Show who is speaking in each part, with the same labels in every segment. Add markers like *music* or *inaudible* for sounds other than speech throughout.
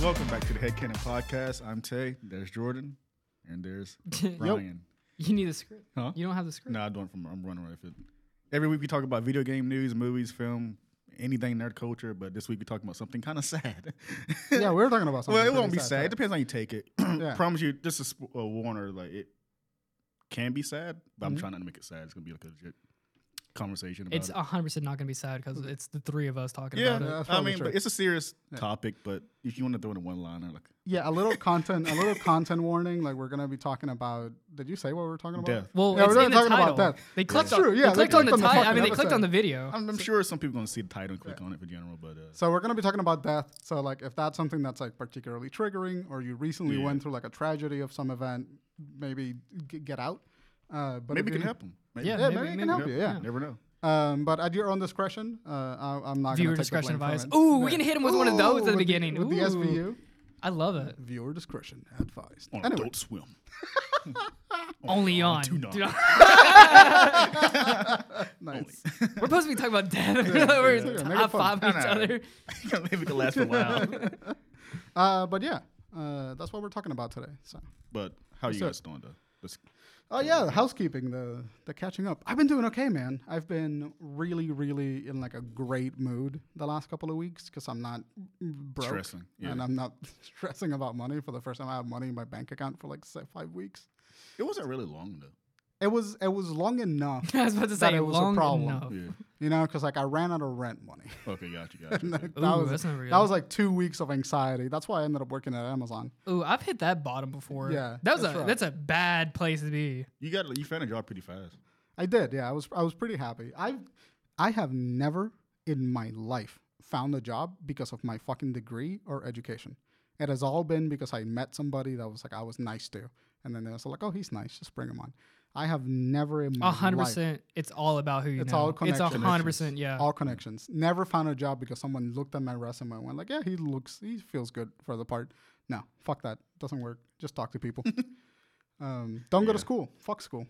Speaker 1: Welcome back to the Head Cannon Podcast. I'm Tay. There's Jordan, and there's Ryan.
Speaker 2: You need a script.
Speaker 1: Huh?
Speaker 2: You don't have the script.
Speaker 1: No, I don't. From I'm running away with it. Every week we talk about video game news, movies, film, anything nerd culture. But this week we talking about something kind of *laughs* sad.
Speaker 3: yeah, we were talking about something.
Speaker 1: well, it won't
Speaker 3: pretty
Speaker 1: be sad. It depends on how you take it. *clears throat*
Speaker 3: Yeah.
Speaker 1: Promise you, this is a warner. Like it can be sad, but I'm trying not to make it sad. It's gonna be like a legit conversation about
Speaker 2: It's
Speaker 1: it.
Speaker 2: it's hundred percent not gonna be sad because it's the three of us talking
Speaker 1: yeah,
Speaker 2: about it.
Speaker 3: that's
Speaker 1: I
Speaker 3: probably
Speaker 1: mean,
Speaker 3: true.
Speaker 1: but it's a serious topic. But if you want to throw in a one liner, like
Speaker 3: Yeah, a little content, a little content warning. Like we're gonna be talking about. Did you say what we were talking about?
Speaker 1: Death.
Speaker 2: Well,
Speaker 3: Yeah,
Speaker 2: it's
Speaker 3: we're
Speaker 2: in
Speaker 3: not
Speaker 2: the
Speaker 3: talking
Speaker 2: title.
Speaker 3: about that.
Speaker 2: They clicked
Speaker 3: That's
Speaker 2: on.
Speaker 3: true,
Speaker 2: they
Speaker 3: yeah, they
Speaker 2: clicked on the,
Speaker 3: clicked on the
Speaker 2: title. I mean, they
Speaker 3: fucking
Speaker 2: clicked on
Speaker 3: episode.
Speaker 2: the video.
Speaker 1: I'm, I'm sure some people gonna see the title and click on it for general, but uh,
Speaker 3: So we're gonna be talking about death. So like, if that's something that's like particularly triggering, or you recently
Speaker 1: Yeah.
Speaker 3: went through like a tragedy of some event, maybe g- get out. Uh, but
Speaker 1: maybe
Speaker 3: if
Speaker 1: it can
Speaker 3: you-
Speaker 1: help them. Maybe.
Speaker 2: Yeah,
Speaker 3: Yeah,
Speaker 2: Maybe
Speaker 3: maybe,
Speaker 2: it can
Speaker 3: it can help you. Yeah.
Speaker 1: Never know.
Speaker 3: Um, but at your own discretion, uh, I, I'm not
Speaker 2: Viewer
Speaker 3: gonna take the
Speaker 2: discretion
Speaker 3: blame for
Speaker 2: advised.
Speaker 3: it.
Speaker 2: Ooh, we can hit him with one of those at
Speaker 3: Ooh,
Speaker 2: the
Speaker 3: with
Speaker 2: beginning.
Speaker 3: with the
Speaker 2: Ooh.
Speaker 3: SVU.
Speaker 2: I love it.
Speaker 3: Viewer discretion advised.
Speaker 1: On
Speaker 3: Anyway,
Speaker 1: Adult *laughs* Swim.
Speaker 2: Only on.
Speaker 1: do not.
Speaker 2: Do not-
Speaker 3: nice.
Speaker 2: We're supposed to be talking about death.
Speaker 3: yeah,
Speaker 2: We're
Speaker 3: make it
Speaker 2: top
Speaker 3: fun.
Speaker 2: five
Speaker 1: No, no,
Speaker 2: each
Speaker 1: no.
Speaker 2: other.
Speaker 1: Maybe it can last for a while.
Speaker 3: *laughs* Uh, but yeah, uh, that's what we're talking about today. So.
Speaker 1: But how you
Speaker 3: sir.
Speaker 1: guys doing though? Let's-
Speaker 3: Oh yeah, housekeeping, the the catching up. I've been doing okay, man. I've been really, really in like a great mood the last couple of weeks because I'm not broke
Speaker 1: Stressing, yeah.
Speaker 3: and I'm not *laughs* stressing about money for the first time. I have money in my bank account for like say, five weeks.
Speaker 1: It wasn't really long though.
Speaker 3: It was it was long
Speaker 2: *laughs*
Speaker 3: enough,
Speaker 2: I was about to
Speaker 3: Thought
Speaker 2: say
Speaker 3: it was a
Speaker 2: long
Speaker 3: problem.
Speaker 2: enough.
Speaker 1: Yeah.
Speaker 3: you know, because like I ran out of rent money.
Speaker 1: Okay, gotcha,
Speaker 3: *laughs*
Speaker 1: gotcha.
Speaker 3: that
Speaker 1: okay.
Speaker 2: Ooh,
Speaker 3: was
Speaker 2: that's not real.
Speaker 3: that was like two weeks of anxiety. That's why I ended up working at Amazon.
Speaker 2: Ooh, I've hit that bottom before.
Speaker 3: Yeah,
Speaker 2: that was
Speaker 3: that's
Speaker 2: a
Speaker 3: right.
Speaker 2: that's a bad place to be.
Speaker 1: You got you found a job pretty fast.
Speaker 3: I did. Yeah, I was I was pretty happy. I I have never in my life found a job because of my fucking degree or education. It has all been because I met somebody that was like I was nice to, and then they was like, "Oh, he's nice, just bring him on." I have never in my
Speaker 2: A hundred
Speaker 3: life-
Speaker 2: percent. It's all about who you
Speaker 3: It's
Speaker 2: know.
Speaker 3: all
Speaker 2: it's a hundred
Speaker 3: connections.
Speaker 2: percent. Yeah.
Speaker 3: all connections. Never found a job because someone looked at my resume and went like, "Yeah, he looks, he feels good for the part." No, fuck that. Doesn't work. Just talk
Speaker 2: *laughs*
Speaker 3: to people. um, don't go to school. Fuck school.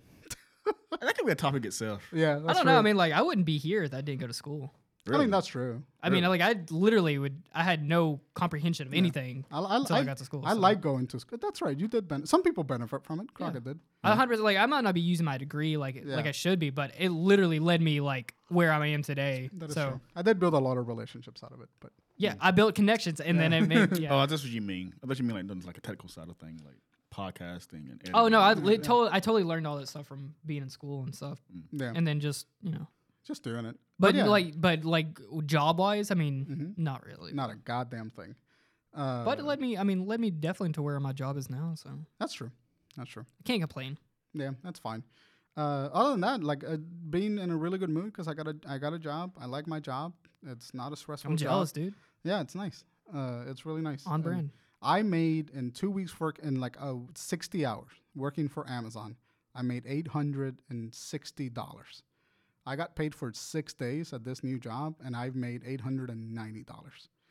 Speaker 1: That could be a topic itself.
Speaker 3: Yeah,
Speaker 2: I
Speaker 3: that's
Speaker 2: don't know. I
Speaker 3: true.
Speaker 2: mean, like, I wouldn't be here if I didn't go to school.
Speaker 3: I
Speaker 1: Really?
Speaker 3: think that's true.
Speaker 2: I mean, like, I li- literally would. I had no comprehension of anything.
Speaker 3: I, I,
Speaker 2: until I got to school,
Speaker 3: I
Speaker 2: so-
Speaker 3: like going to school. That's right. You did. Ben- Some people benefit from it. Crockett did.
Speaker 2: A hundred percent. Like, I might not be using my degree like like I should be, but it literally led me like where I am today.
Speaker 3: That is
Speaker 2: so
Speaker 3: true. I did build a lot of relationships out of it. But
Speaker 2: yeah, I built connections, and then it
Speaker 3: *laughs*
Speaker 2: made. Yeah.
Speaker 1: Oh, that's what you mean. I thought you mean like done like a technical side of thing, like podcasting and.
Speaker 2: oh no, I
Speaker 1: editing.
Speaker 2: li- totally, I totally learned all that stuff from being in school and stuff,
Speaker 3: yeah,
Speaker 2: and then just you know.
Speaker 3: just doing it.
Speaker 2: But,
Speaker 3: Mm. yeah, Mm-hmm.
Speaker 2: like, but like job wise, I mean, not really.
Speaker 3: not a goddamn thing. Uh,
Speaker 2: But it led me. I mean, led me definitely to where my job is now. So I
Speaker 3: that's true. That's true.
Speaker 2: can't complain.
Speaker 3: Yeah, that's fine. Uh, other than that, like uh, being in a really good mood because I got a I got a job. I like my job. It's not a stressful.
Speaker 2: I'm
Speaker 3: job.
Speaker 2: jealous, dude.
Speaker 3: Yeah, it's nice. Uh, it's really nice.
Speaker 2: On
Speaker 3: And
Speaker 2: brand.
Speaker 3: I made in two weeks work in like uh, 60 hours working for Amazon. I made $860. I got paid for six days at this new job and I've made $890.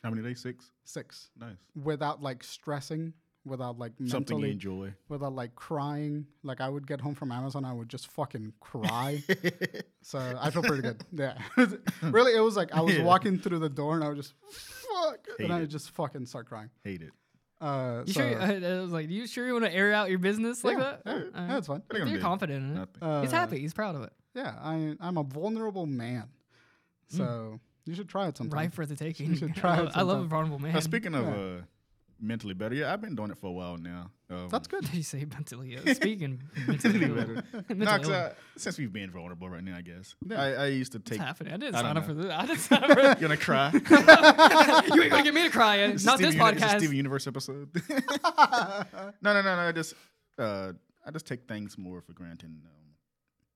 Speaker 1: How many days? Six.
Speaker 3: Six.
Speaker 1: Nice.
Speaker 3: Without like stressing, without like
Speaker 1: Something you
Speaker 3: mentally,
Speaker 1: enjoy.
Speaker 3: without like crying. Like I would get home from Amazon, I would just fucking
Speaker 2: *laughs*
Speaker 3: cry. so I feel pretty good. Yeah. *laughs* really, it was like I was
Speaker 1: Yeah.
Speaker 3: walking through the door and I would just fuck.
Speaker 1: Hate
Speaker 3: and I
Speaker 1: it.
Speaker 3: would just fucking start crying.
Speaker 1: Hate it.
Speaker 3: Uh,
Speaker 2: You *laughs*
Speaker 3: so-
Speaker 2: sure? I, I was like, you sure you want to air out your business like
Speaker 3: yeah,
Speaker 2: that?
Speaker 3: yeah,
Speaker 2: All
Speaker 3: yeah,
Speaker 2: right.
Speaker 3: that's fine.
Speaker 1: What are you gonna
Speaker 2: You're
Speaker 1: do?
Speaker 2: confident in it.
Speaker 1: Nothing.
Speaker 3: Uh,
Speaker 2: He's happy. He's proud of it.
Speaker 3: Yeah, I, I'm a vulnerable man,
Speaker 2: Mm.
Speaker 3: so you should try it sometime.
Speaker 2: Ripe for the taking.
Speaker 3: should
Speaker 2: *laughs*
Speaker 3: try
Speaker 2: I,
Speaker 3: it
Speaker 2: love, I love a
Speaker 3: sometime.
Speaker 2: vulnerable man.
Speaker 1: Uh,
Speaker 2: *laughs*
Speaker 1: speaking of uh, mentally better, yeah, I've been doing it for a while now. Um,
Speaker 3: That's good.
Speaker 2: Did you say
Speaker 3: *laughs*
Speaker 2: mentally? ill? Speaking of mentally
Speaker 1: mentally
Speaker 2: ill. *laughs*
Speaker 1: better.
Speaker 2: Mentally
Speaker 1: No,
Speaker 2: ill.
Speaker 1: 'cause
Speaker 3: uh,
Speaker 1: I- since we've been vulnerable right now, I guess. I, I used to take.
Speaker 2: What's happening? I didn't
Speaker 1: I
Speaker 2: sign
Speaker 1: don't
Speaker 2: up for this.
Speaker 3: *laughs*
Speaker 2: I didn't sign up for
Speaker 1: You gonna *laughs* cry?
Speaker 2: You ain't gonna get me to cry. eh? Not
Speaker 1: Steven
Speaker 2: this
Speaker 1: Uni- it's a Steven
Speaker 2: podcast.
Speaker 1: Universe episode. *laughs* no, no, no, no. I just, uh, I just take things more for granted. and, Um,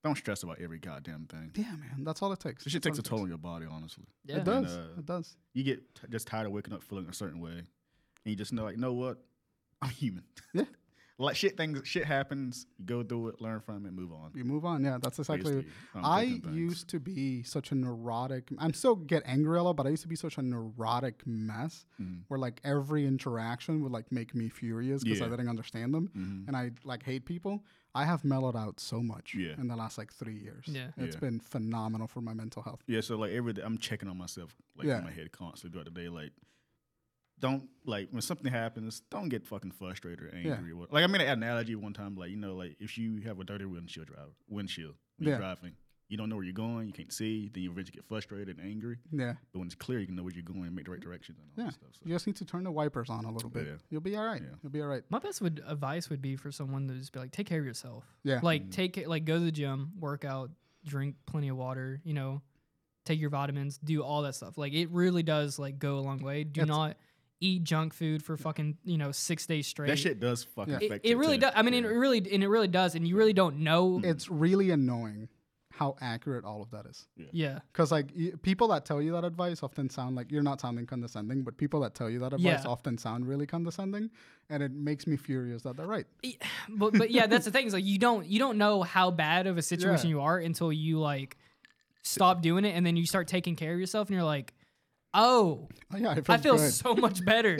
Speaker 1: don't stress about every goddamn thing.
Speaker 3: Yeah, man, that's all it takes.
Speaker 1: This shit
Speaker 3: That's
Speaker 1: takes a
Speaker 3: all
Speaker 1: toll on your body, honestly.
Speaker 2: Yeah.
Speaker 3: It does.
Speaker 1: And, uh,
Speaker 3: it does.
Speaker 1: You get t- just tired of waking up feeling a certain way, and you just know, like, you know what? I'm human.
Speaker 3: Yeah.
Speaker 1: *laughs* like shit things, shit happens. You go through it, learn from it, move on.
Speaker 3: You move on. Yeah, that's exactly.
Speaker 1: Basically, I'm
Speaker 3: I
Speaker 1: taking things.
Speaker 3: used to be such a neurotic. I'm still get angry a lot, but I used to be such a neurotic mess
Speaker 1: Mm.
Speaker 3: where like every interaction would like make me furious because I
Speaker 1: Yeah. Mm.
Speaker 3: didn't understand them,
Speaker 1: Mm-hmm.
Speaker 3: and I like hate people. I have mellowed out so much
Speaker 1: Yeah.
Speaker 3: in the last like three years.
Speaker 2: Yeah.
Speaker 3: it's
Speaker 1: Yeah.
Speaker 3: been phenomenal for my mental health.
Speaker 1: Yeah, so like every day I'm checking on myself, like
Speaker 3: Yeah.
Speaker 1: in my head constantly throughout the day, like don't like when something happens, don't get fucking frustrated or angry. Or, like I made an analogy one time, like you know, like if you have a dirty windshield driver, windshield when
Speaker 3: Yeah.
Speaker 1: you're driving, you don't know where you're going, you can't see, then you eventually get frustrated and angry.
Speaker 3: Yeah.
Speaker 1: But when it's clear, you can know where you're going and make the right directions and all
Speaker 3: Mm-hmm. Yeah.
Speaker 1: that stuff. So.
Speaker 3: You just need to turn the wipers on a little bit.
Speaker 1: Yeah.
Speaker 3: You'll be all right.
Speaker 1: Yeah.
Speaker 3: You'll be all right.
Speaker 2: My best would advice would be for someone to just be like, take care of yourself.
Speaker 3: Yeah.
Speaker 1: Mm.
Speaker 2: Like take ca- like go to the gym, work out, drink plenty of water. You know, take your vitamins, do all that stuff. Like it really does like go a long way. Do
Speaker 3: That's-
Speaker 2: not eat junk food for fucking you know six days straight.
Speaker 1: That shit does fucking
Speaker 3: Yeah.
Speaker 2: It,
Speaker 1: affect
Speaker 2: it really does. I mean, it really and it really does. And you really don't know.
Speaker 1: Mm.
Speaker 3: It's really annoying how accurate all of that is.
Speaker 2: yeah.
Speaker 3: Because like y- people that tell you that advice often sound like you're not sounding condescending, but people that tell you that advice
Speaker 2: Yeah.
Speaker 3: often sound really condescending, and it makes me furious that they're right. *laughs*
Speaker 2: E, *sighs* but but yeah, that's the thing. Is like you don't you don't know how bad of a situation
Speaker 3: Yeah.
Speaker 2: you are until you like stop doing it, and then you start taking care of yourself, and you're like, oh,
Speaker 3: Oh, yeah, I feel,
Speaker 2: I feel
Speaker 3: good.
Speaker 2: so much better.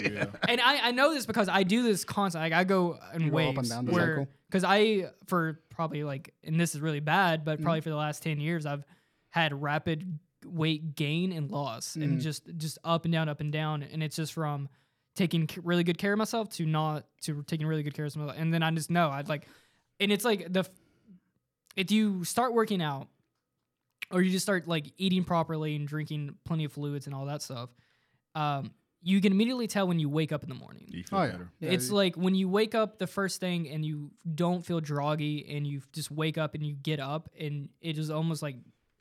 Speaker 2: And I I know this because I do this constantly. Like I go in
Speaker 3: You go
Speaker 2: waves
Speaker 3: up and down the
Speaker 2: where
Speaker 3: cycle.
Speaker 2: because I for probably like and this is really bad, but
Speaker 3: Mm.
Speaker 2: probably for the last ten years I've had rapid weight gain and loss,
Speaker 3: Mm.
Speaker 2: and just just up and down, up and down, and it's just from taking c- really good care of myself to not to taking really good care of myself, and then I just know I'd like, and it's like the f- if you start working out or you just start like eating properly and drinking plenty of fluids and all that stuff, um, you can immediately tell when you wake up in the morning.
Speaker 1: You feel
Speaker 3: Oh yeah,
Speaker 1: better.
Speaker 3: Yeah,
Speaker 2: It's
Speaker 3: you-
Speaker 2: like when you wake up the first thing and you don't feel droggy and you just wake up and you get up and it is almost like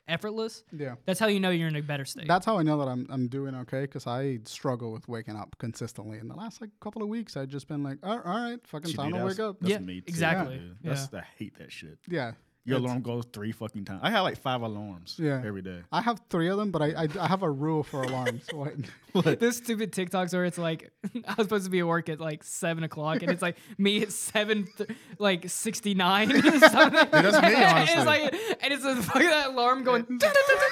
Speaker 2: effortless.
Speaker 3: yeah.
Speaker 2: That's how you know you're in a better state.
Speaker 3: That's how I know that I'm I'm doing okay because I struggle with waking up consistently. In the last like couple of weeks, I've just been like, all, all right, fucking
Speaker 1: Shit,
Speaker 3: time
Speaker 1: dude,
Speaker 3: to
Speaker 1: that's-
Speaker 3: wake up.
Speaker 1: That's
Speaker 2: Yeah,
Speaker 1: me too.
Speaker 2: exactly.
Speaker 1: Yeah. That's I hate that shit.
Speaker 3: Yeah,
Speaker 1: Your alarm goes three fucking times. I had like five alarms
Speaker 3: Yeah.
Speaker 1: every day.
Speaker 3: I have three of them, but I I, I have a rule for alarms. *laughs*
Speaker 2: *laughs*
Speaker 3: What?
Speaker 2: Those stupid TikToks where it's like *laughs* I was supposed to be at work at like seven o'clock and it's like me at seven th- like sixty nine or *laughs* something.
Speaker 1: that's me,
Speaker 2: *laughs* and
Speaker 1: honestly.
Speaker 2: it's like and it's the fucking alarm going.
Speaker 3: *laughs*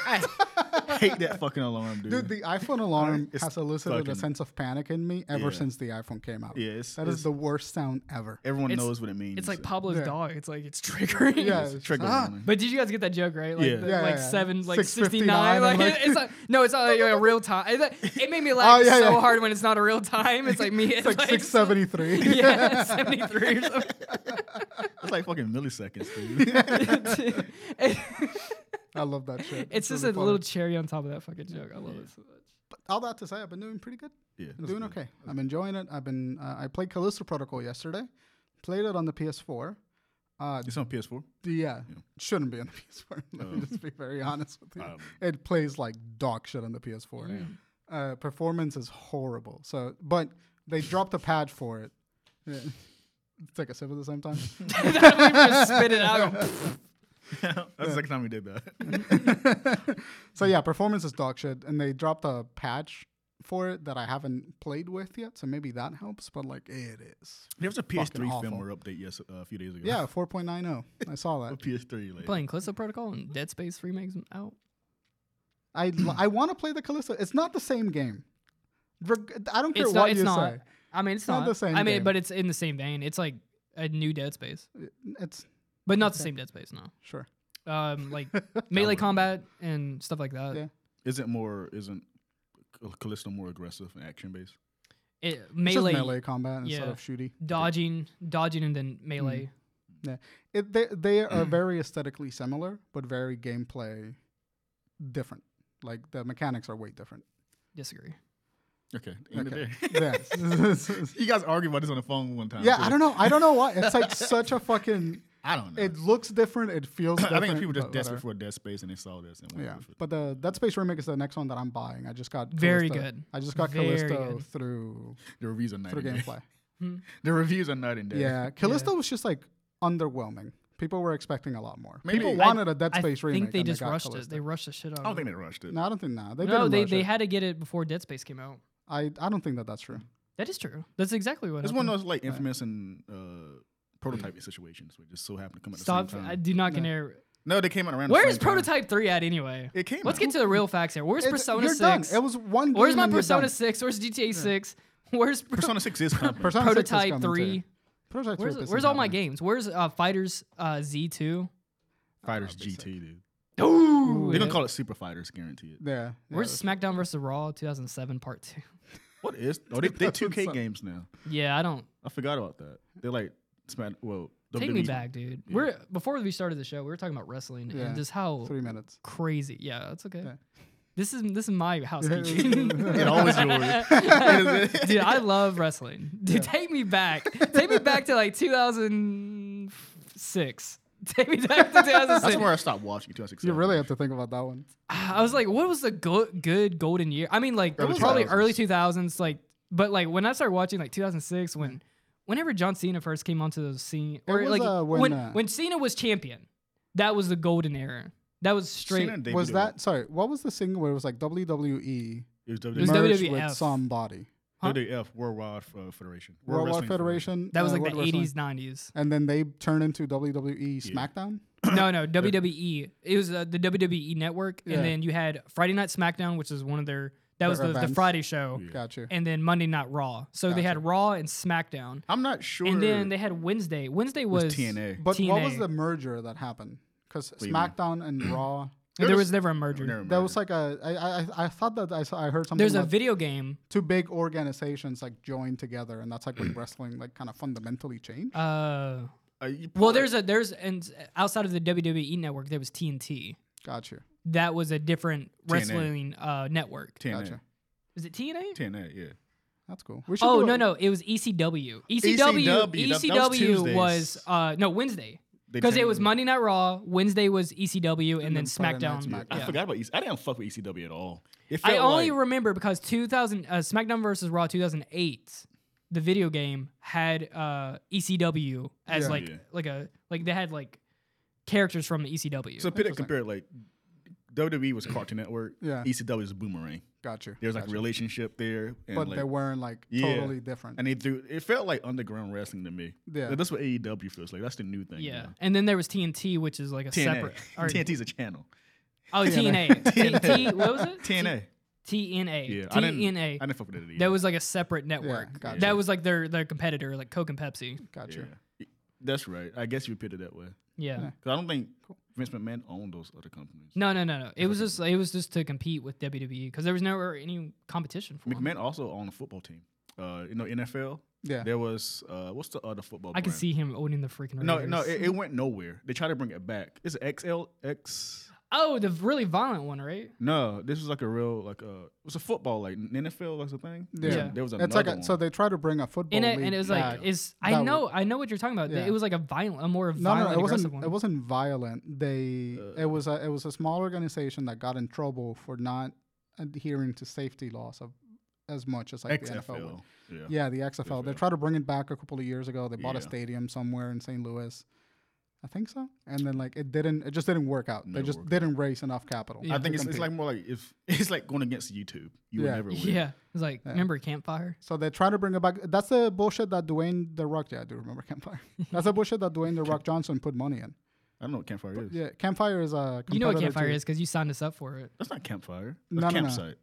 Speaker 1: I hate that fucking alarm, dude.
Speaker 3: Dude, the iPhone alarm
Speaker 1: It's
Speaker 3: has elicited a
Speaker 1: fucking-
Speaker 3: sense of panic in me ever
Speaker 1: Yeah.
Speaker 3: since the iPhone came out.
Speaker 1: yeah, it's,
Speaker 3: That is
Speaker 1: it's-
Speaker 3: the worst sound ever.
Speaker 1: everyone
Speaker 2: it's-
Speaker 1: knows what it means.
Speaker 2: It's like Pablo's
Speaker 3: Yeah.
Speaker 2: dog. It's like it's triggering.
Speaker 3: Yeah,
Speaker 1: It's
Speaker 3: it's-
Speaker 1: trigger
Speaker 3: ah.
Speaker 1: warning.
Speaker 2: But did you guys get that joke right? Like,
Speaker 1: Yeah.
Speaker 2: the,
Speaker 3: Yeah,
Speaker 2: like
Speaker 3: yeah, yeah.
Speaker 2: seven, like
Speaker 3: 6:59,
Speaker 2: sixty-nine. Like,
Speaker 3: I'm like-
Speaker 2: it's not, no, it's not like a real time. It, it made me laugh
Speaker 3: Oh, yeah,
Speaker 2: so
Speaker 3: yeah.
Speaker 2: hard when it's not a real time. It's like me. It's,
Speaker 3: *laughs* It's like six seventy three.
Speaker 2: *laughs* Yeah, seventy-three or something.
Speaker 1: It's like fucking milliseconds,
Speaker 3: *laughs*
Speaker 1: dude.
Speaker 3: *laughs* I love that shit.
Speaker 2: it's just
Speaker 3: really
Speaker 2: a little
Speaker 3: funny.
Speaker 2: cherry on top of that fucking joke. I love it so much.
Speaker 3: But all that to say, I've been doing pretty good.
Speaker 1: yeah,
Speaker 3: I'm doing okay. I'm enjoying it. I've been. Uh, I played Callisto Protocol yesterday. Played it on the PS4. Uh,
Speaker 1: It's on PS4.
Speaker 3: the, yeah, shouldn't be on the PS4. *laughs* Let
Speaker 2: Oh.
Speaker 3: me just be
Speaker 2: *laughs*
Speaker 3: very honest with you.
Speaker 1: Um, *laughs*
Speaker 3: it plays like dog shit on the PS4. Uh, performance is horrible. So, but they dropped a patch for it. Yeah. *laughs* Take a sip at the same time.
Speaker 2: I'm gonna spit it out.
Speaker 1: That's the second time we did that. *laughs*
Speaker 3: so yeah, performance is dog shit, and they dropped a patch for it that I haven't played with yet. So maybe that helps. But like, it is.
Speaker 1: There was a PS3
Speaker 3: awful.
Speaker 1: firmware update yes uh, a few days ago.
Speaker 3: Yeah,
Speaker 1: *laughs*
Speaker 3: 4.90. oh. I saw that.
Speaker 1: PS3 like
Speaker 2: Playing Callisto Protocol and Dead Space remakes out.
Speaker 3: I I want to play the Callisto. It's not the same game. Reg- I don't care
Speaker 2: It's
Speaker 3: what
Speaker 2: not. It's
Speaker 3: you
Speaker 2: not.
Speaker 3: say.
Speaker 2: I mean, it's,
Speaker 3: not the same
Speaker 2: I mean,
Speaker 3: game.
Speaker 2: but it's in the same vein. It's like a new Dead Space,
Speaker 3: It's
Speaker 2: but not the same Dead Space. No,
Speaker 3: sure. *laughs*
Speaker 2: um, like melee combat and stuff like that.
Speaker 3: Yeah.
Speaker 1: isn't more isn't Cal- Callisto more aggressive and action based?
Speaker 2: It,
Speaker 3: It's just
Speaker 2: melee,
Speaker 3: melee combat instead
Speaker 2: yeah.
Speaker 3: of shooty.
Speaker 2: dodging, dodging, and then
Speaker 3: Mm.
Speaker 2: melee.
Speaker 3: It, they they are very aesthetically similar, but very gameplay different. Like the mechanics are way different.
Speaker 2: Disagree.
Speaker 1: Okay. end of
Speaker 3: *laughs* Okay.
Speaker 1: day.
Speaker 3: Yes.
Speaker 1: you guys argued about this on the phone one time.
Speaker 3: yeah,
Speaker 1: too.
Speaker 3: I don't know. I don't know why. It's like such a fucking.
Speaker 1: I don't know.
Speaker 3: It looks different. It
Speaker 1: *clears throat*
Speaker 3: feels.
Speaker 1: I
Speaker 3: Different,
Speaker 1: think people just
Speaker 3: but
Speaker 1: desperate
Speaker 3: whatever.
Speaker 1: for a Dead Space and they saw this and went
Speaker 3: Yeah,
Speaker 1: with it.
Speaker 3: but the Dead Space remake is the next one that I'm buying. I just got
Speaker 2: Very
Speaker 3: Callisto-
Speaker 2: good.
Speaker 3: I just got
Speaker 2: Very
Speaker 3: Callisto
Speaker 2: good.
Speaker 3: through
Speaker 1: The reviews are night
Speaker 3: through
Speaker 1: and day. *laughs*
Speaker 3: gameplay.
Speaker 1: The reviews are night and day.
Speaker 3: Yeah, Callisto was just like underwhelming. People were expecting a lot more.
Speaker 1: Maybe-
Speaker 3: People
Speaker 1: I-
Speaker 3: wanted a Dead Space
Speaker 2: Hmm. I
Speaker 3: remake.
Speaker 2: think they
Speaker 3: and
Speaker 2: just
Speaker 3: got
Speaker 2: rushed it.
Speaker 3: Callisto.
Speaker 2: They rushed the shit
Speaker 1: *laughs*
Speaker 2: out.
Speaker 1: I don't
Speaker 2: of it.
Speaker 1: think they rushed it.
Speaker 3: No, I don't think nah. They
Speaker 2: no,
Speaker 3: didn't
Speaker 2: they
Speaker 3: rush
Speaker 2: they
Speaker 3: it.
Speaker 2: had to get it before Dead Space came out.
Speaker 3: I I don't think that that's true.
Speaker 2: That is true. That's exactly what.
Speaker 1: It's
Speaker 2: happened.
Speaker 1: one of those like infamous and uh, prototype situations where it just so happened to come at the
Speaker 2: Stop!
Speaker 1: same time.
Speaker 2: I do not compare.
Speaker 1: no, they came out around. the
Speaker 2: Where
Speaker 1: same
Speaker 2: is
Speaker 1: time.
Speaker 2: Prototype Three at anyway?
Speaker 1: It came.
Speaker 2: Let's
Speaker 1: out.
Speaker 2: get to the real facts here. Where's
Speaker 3: It's-
Speaker 2: Persona
Speaker 3: you're
Speaker 2: Six?
Speaker 3: Done. It was one.
Speaker 2: Where's
Speaker 3: game
Speaker 2: my
Speaker 3: and you're
Speaker 2: Persona
Speaker 3: done.
Speaker 2: Six? Where's GTA Six? Where's Pro-
Speaker 1: Persona Six is coming.
Speaker 3: Persona six is
Speaker 2: Prototype
Speaker 3: coming too.
Speaker 2: Three?
Speaker 3: Prototype
Speaker 2: Where's
Speaker 3: three. is
Speaker 2: Where's all my
Speaker 3: happening.
Speaker 2: games? Where's uh, Fighters uh, Z Two?
Speaker 1: Fighters GT, dude.
Speaker 2: Ooh,
Speaker 1: They're gonna call it Super Fighters, guarantee it.
Speaker 3: Yeah. yeah,
Speaker 2: Where's SmackDown vs. Raw 2007 Part Two? *laughs*
Speaker 1: What is? Oh, they, they 2K
Speaker 3: 2007.
Speaker 1: games now.
Speaker 2: Yeah, I don't.
Speaker 1: I forgot about that. They're like, smack, well, E
Speaker 2: Take me
Speaker 1: WWE's
Speaker 2: back, dude.
Speaker 1: Yeah.
Speaker 2: We're before we started the show, we were talking about wrestling
Speaker 3: Yeah.
Speaker 2: and just how
Speaker 3: Three minutes.
Speaker 2: crazy. Yeah, that's okay.
Speaker 3: Yeah.
Speaker 2: This is this is my
Speaker 3: *laughs*
Speaker 2: housekeeping. *laughs*
Speaker 3: It
Speaker 1: always yours.
Speaker 2: dude, I love wrestling. *laughs* Dude, take me back. Take me back to like 2006. *laughs* Take me back to 2006.
Speaker 1: That's where I stopped watching. 2006.
Speaker 3: You really have to think about that one.
Speaker 2: *sighs* I was like, what was the go- good golden year? I mean, like
Speaker 1: Early
Speaker 2: probably
Speaker 1: 2000s.
Speaker 2: early two thousands, like. But like when I started watching, like two thousand six, when whenever John Cena first came onto the scene, or
Speaker 3: was,
Speaker 2: like
Speaker 3: uh, when,
Speaker 2: when
Speaker 3: uh,
Speaker 2: when Cena was champion, that was the golden era. That was straight.
Speaker 1: Cena
Speaker 3: was
Speaker 1: debuted-
Speaker 3: that sorry? What was the single where it was like WWE
Speaker 1: It was E.
Speaker 2: It was E
Speaker 1: WWF,
Speaker 2: the-
Speaker 3: merged with
Speaker 2: WWF.
Speaker 3: somebody?
Speaker 2: huh?
Speaker 1: WWF Worldwide uh, Federation.
Speaker 3: World War
Speaker 1: Wrestling
Speaker 3: Federation.
Speaker 2: That was
Speaker 3: uh,
Speaker 2: like
Speaker 3: World
Speaker 2: the
Speaker 3: Wrestling.
Speaker 2: eighties, nineties.
Speaker 3: and then they turned into WWE
Speaker 1: Yeah.
Speaker 3: SmackDown. *coughs*
Speaker 2: No, no WWE. It was uh, the WWE network,
Speaker 3: Yeah.
Speaker 2: and then you had Friday Night SmackDown, which is one of their. That was
Speaker 3: Their
Speaker 2: the, the
Speaker 3: events.
Speaker 2: Friday show,
Speaker 1: Yeah.
Speaker 3: Got you.
Speaker 2: and then Monday Night Raw. So they had Raw and SmackDown,
Speaker 1: I'm not sure.
Speaker 2: and then they had Wednesday. Wednesday
Speaker 1: was
Speaker 2: was,
Speaker 1: TNA.
Speaker 3: But what was
Speaker 2: TNA.
Speaker 3: the merger that happened? Because
Speaker 1: do you mean?
Speaker 3: SmackDown
Speaker 1: *clears throat*
Speaker 3: and Raw.
Speaker 2: There
Speaker 1: There's-
Speaker 2: was never a merger.
Speaker 1: Never
Speaker 3: That
Speaker 1: mind.
Speaker 3: was like a. I I, I thought that I, saw, I heard something.
Speaker 2: There's a
Speaker 3: about
Speaker 2: video game.
Speaker 3: two big organizations like joined together, and that's
Speaker 1: *clears throat*
Speaker 3: like when wrestling like kind of fundamentally changed.
Speaker 2: Uh,
Speaker 1: Uh, you
Speaker 2: well,
Speaker 1: probably-
Speaker 2: there's a there's and outside of the WWE network, there was TNT.
Speaker 3: Got you.
Speaker 2: That was a different
Speaker 1: TNA.
Speaker 2: wrestling uh, network.
Speaker 1: TNA.
Speaker 3: Gotcha.
Speaker 2: Was it TNA?
Speaker 1: TNA, yeah.
Speaker 3: That's cool. We
Speaker 2: Oh
Speaker 3: do a-
Speaker 2: no no, it was ECW. ECW
Speaker 1: ECW, E that- that was
Speaker 2: ECW E was
Speaker 1: Tuesdays.
Speaker 2: uh, no Wednesday
Speaker 1: They
Speaker 2: because it was
Speaker 1: changed-
Speaker 2: Monday Night Raw. Wednesday was ECW, and,
Speaker 3: And
Speaker 2: then,
Speaker 3: then Friday Night
Speaker 2: SmackDown.
Speaker 1: Yeah,
Speaker 3: SmackDown.
Speaker 1: I
Speaker 2: Yeah.
Speaker 1: forgot about ECW. I didn't fuck with ECW at all. It
Speaker 2: I
Speaker 1: felt
Speaker 2: only
Speaker 1: like-
Speaker 2: remember because 2000 uh, SmackDown versus Raw 2008, the video game had uh, ECW as
Speaker 3: Yeah.
Speaker 2: like
Speaker 1: Yeah.
Speaker 2: like a like they had like characters from E ECW.
Speaker 1: so pit it compared like WWE was Cartoon Network. E
Speaker 3: Yeah.
Speaker 1: ECW was Boomerang.
Speaker 3: Got you.
Speaker 1: There was like a
Speaker 3: Gotcha.
Speaker 1: relationship there, and
Speaker 3: But
Speaker 1: like,
Speaker 3: they weren't like
Speaker 1: Yeah.
Speaker 3: totally different.
Speaker 1: and they threw. It felt like underground wrestling to me.
Speaker 3: Yeah.
Speaker 1: Like, that's what AEW feels like. That's the new thing.
Speaker 2: yeah,
Speaker 1: now.
Speaker 2: and then there was TNT, which is like a
Speaker 1: TNA.
Speaker 2: separate. or-
Speaker 1: TNT's a channel.
Speaker 2: Oh, TNA. TNT. What was it?
Speaker 1: TNA.
Speaker 2: T- TNA.
Speaker 1: Yeah. I didn't,
Speaker 2: TNA.
Speaker 1: I didn't fuck with it. either.
Speaker 2: That was like a separate network.
Speaker 3: gotcha.
Speaker 2: That was like their their competitor, like Coke and Pepsi.
Speaker 3: Got
Speaker 1: Yeah.
Speaker 3: you.
Speaker 1: That's right. I guess you put it that way.
Speaker 2: Yeah.
Speaker 3: Yeah.
Speaker 1: Because I don't think Vince McMahon owned those other companies.
Speaker 2: No, no, no, no. It was just it was just to compete with WWE because there was never any competition for 'em.
Speaker 1: McMahon also owned a football team. Uh, you know NFL.
Speaker 3: Yeah.
Speaker 1: There was uh, what's the other football?
Speaker 2: I can
Speaker 1: brand?
Speaker 2: see him owning the freaking.
Speaker 1: No,
Speaker 2: Raiders.
Speaker 1: no, it, it went nowhere. They tried to bring it back. It's an XL X.
Speaker 2: Oh, the really violent one, right?
Speaker 1: No, this was like a real like uh, it was a football like NFL was a thing. There was a-
Speaker 3: Yeah.
Speaker 1: There was another
Speaker 3: It's like a,
Speaker 1: one.
Speaker 3: so they try to bring a football
Speaker 2: In it,
Speaker 3: league
Speaker 2: and it was
Speaker 3: back.
Speaker 2: like, is I
Speaker 3: That
Speaker 2: know, I know what you're talking about.
Speaker 3: Yeah.
Speaker 2: It was like a violent, a more
Speaker 3: no, no,
Speaker 2: violent,
Speaker 3: it wasn't.
Speaker 2: aggressive one.
Speaker 3: It wasn't violent. They
Speaker 1: Uh.
Speaker 3: it was a it was a small organization that got in trouble for not adhering to safety laws of, as much as like the NFL.
Speaker 1: XFL.
Speaker 3: Would.
Speaker 1: Yeah.
Speaker 3: Yeah, the XFL. They
Speaker 1: XFL.
Speaker 3: tried to bring it back a couple of years ago. They bought a
Speaker 1: Yeah.
Speaker 3: stadium somewhere in St. Louis, I think so. And then like it didn't. It just didn't work out.
Speaker 1: No,
Speaker 3: they
Speaker 1: it
Speaker 3: just
Speaker 1: worked
Speaker 3: didn't raise enough capital.
Speaker 2: Yeah.
Speaker 1: I think
Speaker 3: to
Speaker 1: it's, it's
Speaker 3: compete.
Speaker 1: like more like if *laughs* it's like going against YouTube, you would
Speaker 3: Yeah.
Speaker 1: never win.
Speaker 2: yeah, it's like remember campfire?
Speaker 3: So they try to bring it back. That's the bullshit that Dwayne the Rock. Yeah, I do remember *laughs* Campfire. That's the bullshit that Dwayne the Rock Johnson put money in.
Speaker 1: I don't know what campfire is.
Speaker 3: Yeah, Campfire is uh, a.
Speaker 2: You know what
Speaker 3: competitor
Speaker 2: campfire
Speaker 3: to-
Speaker 2: is because you signed us up for it.
Speaker 1: That's not campfire. That's
Speaker 3: No, no, no.
Speaker 1: campsite.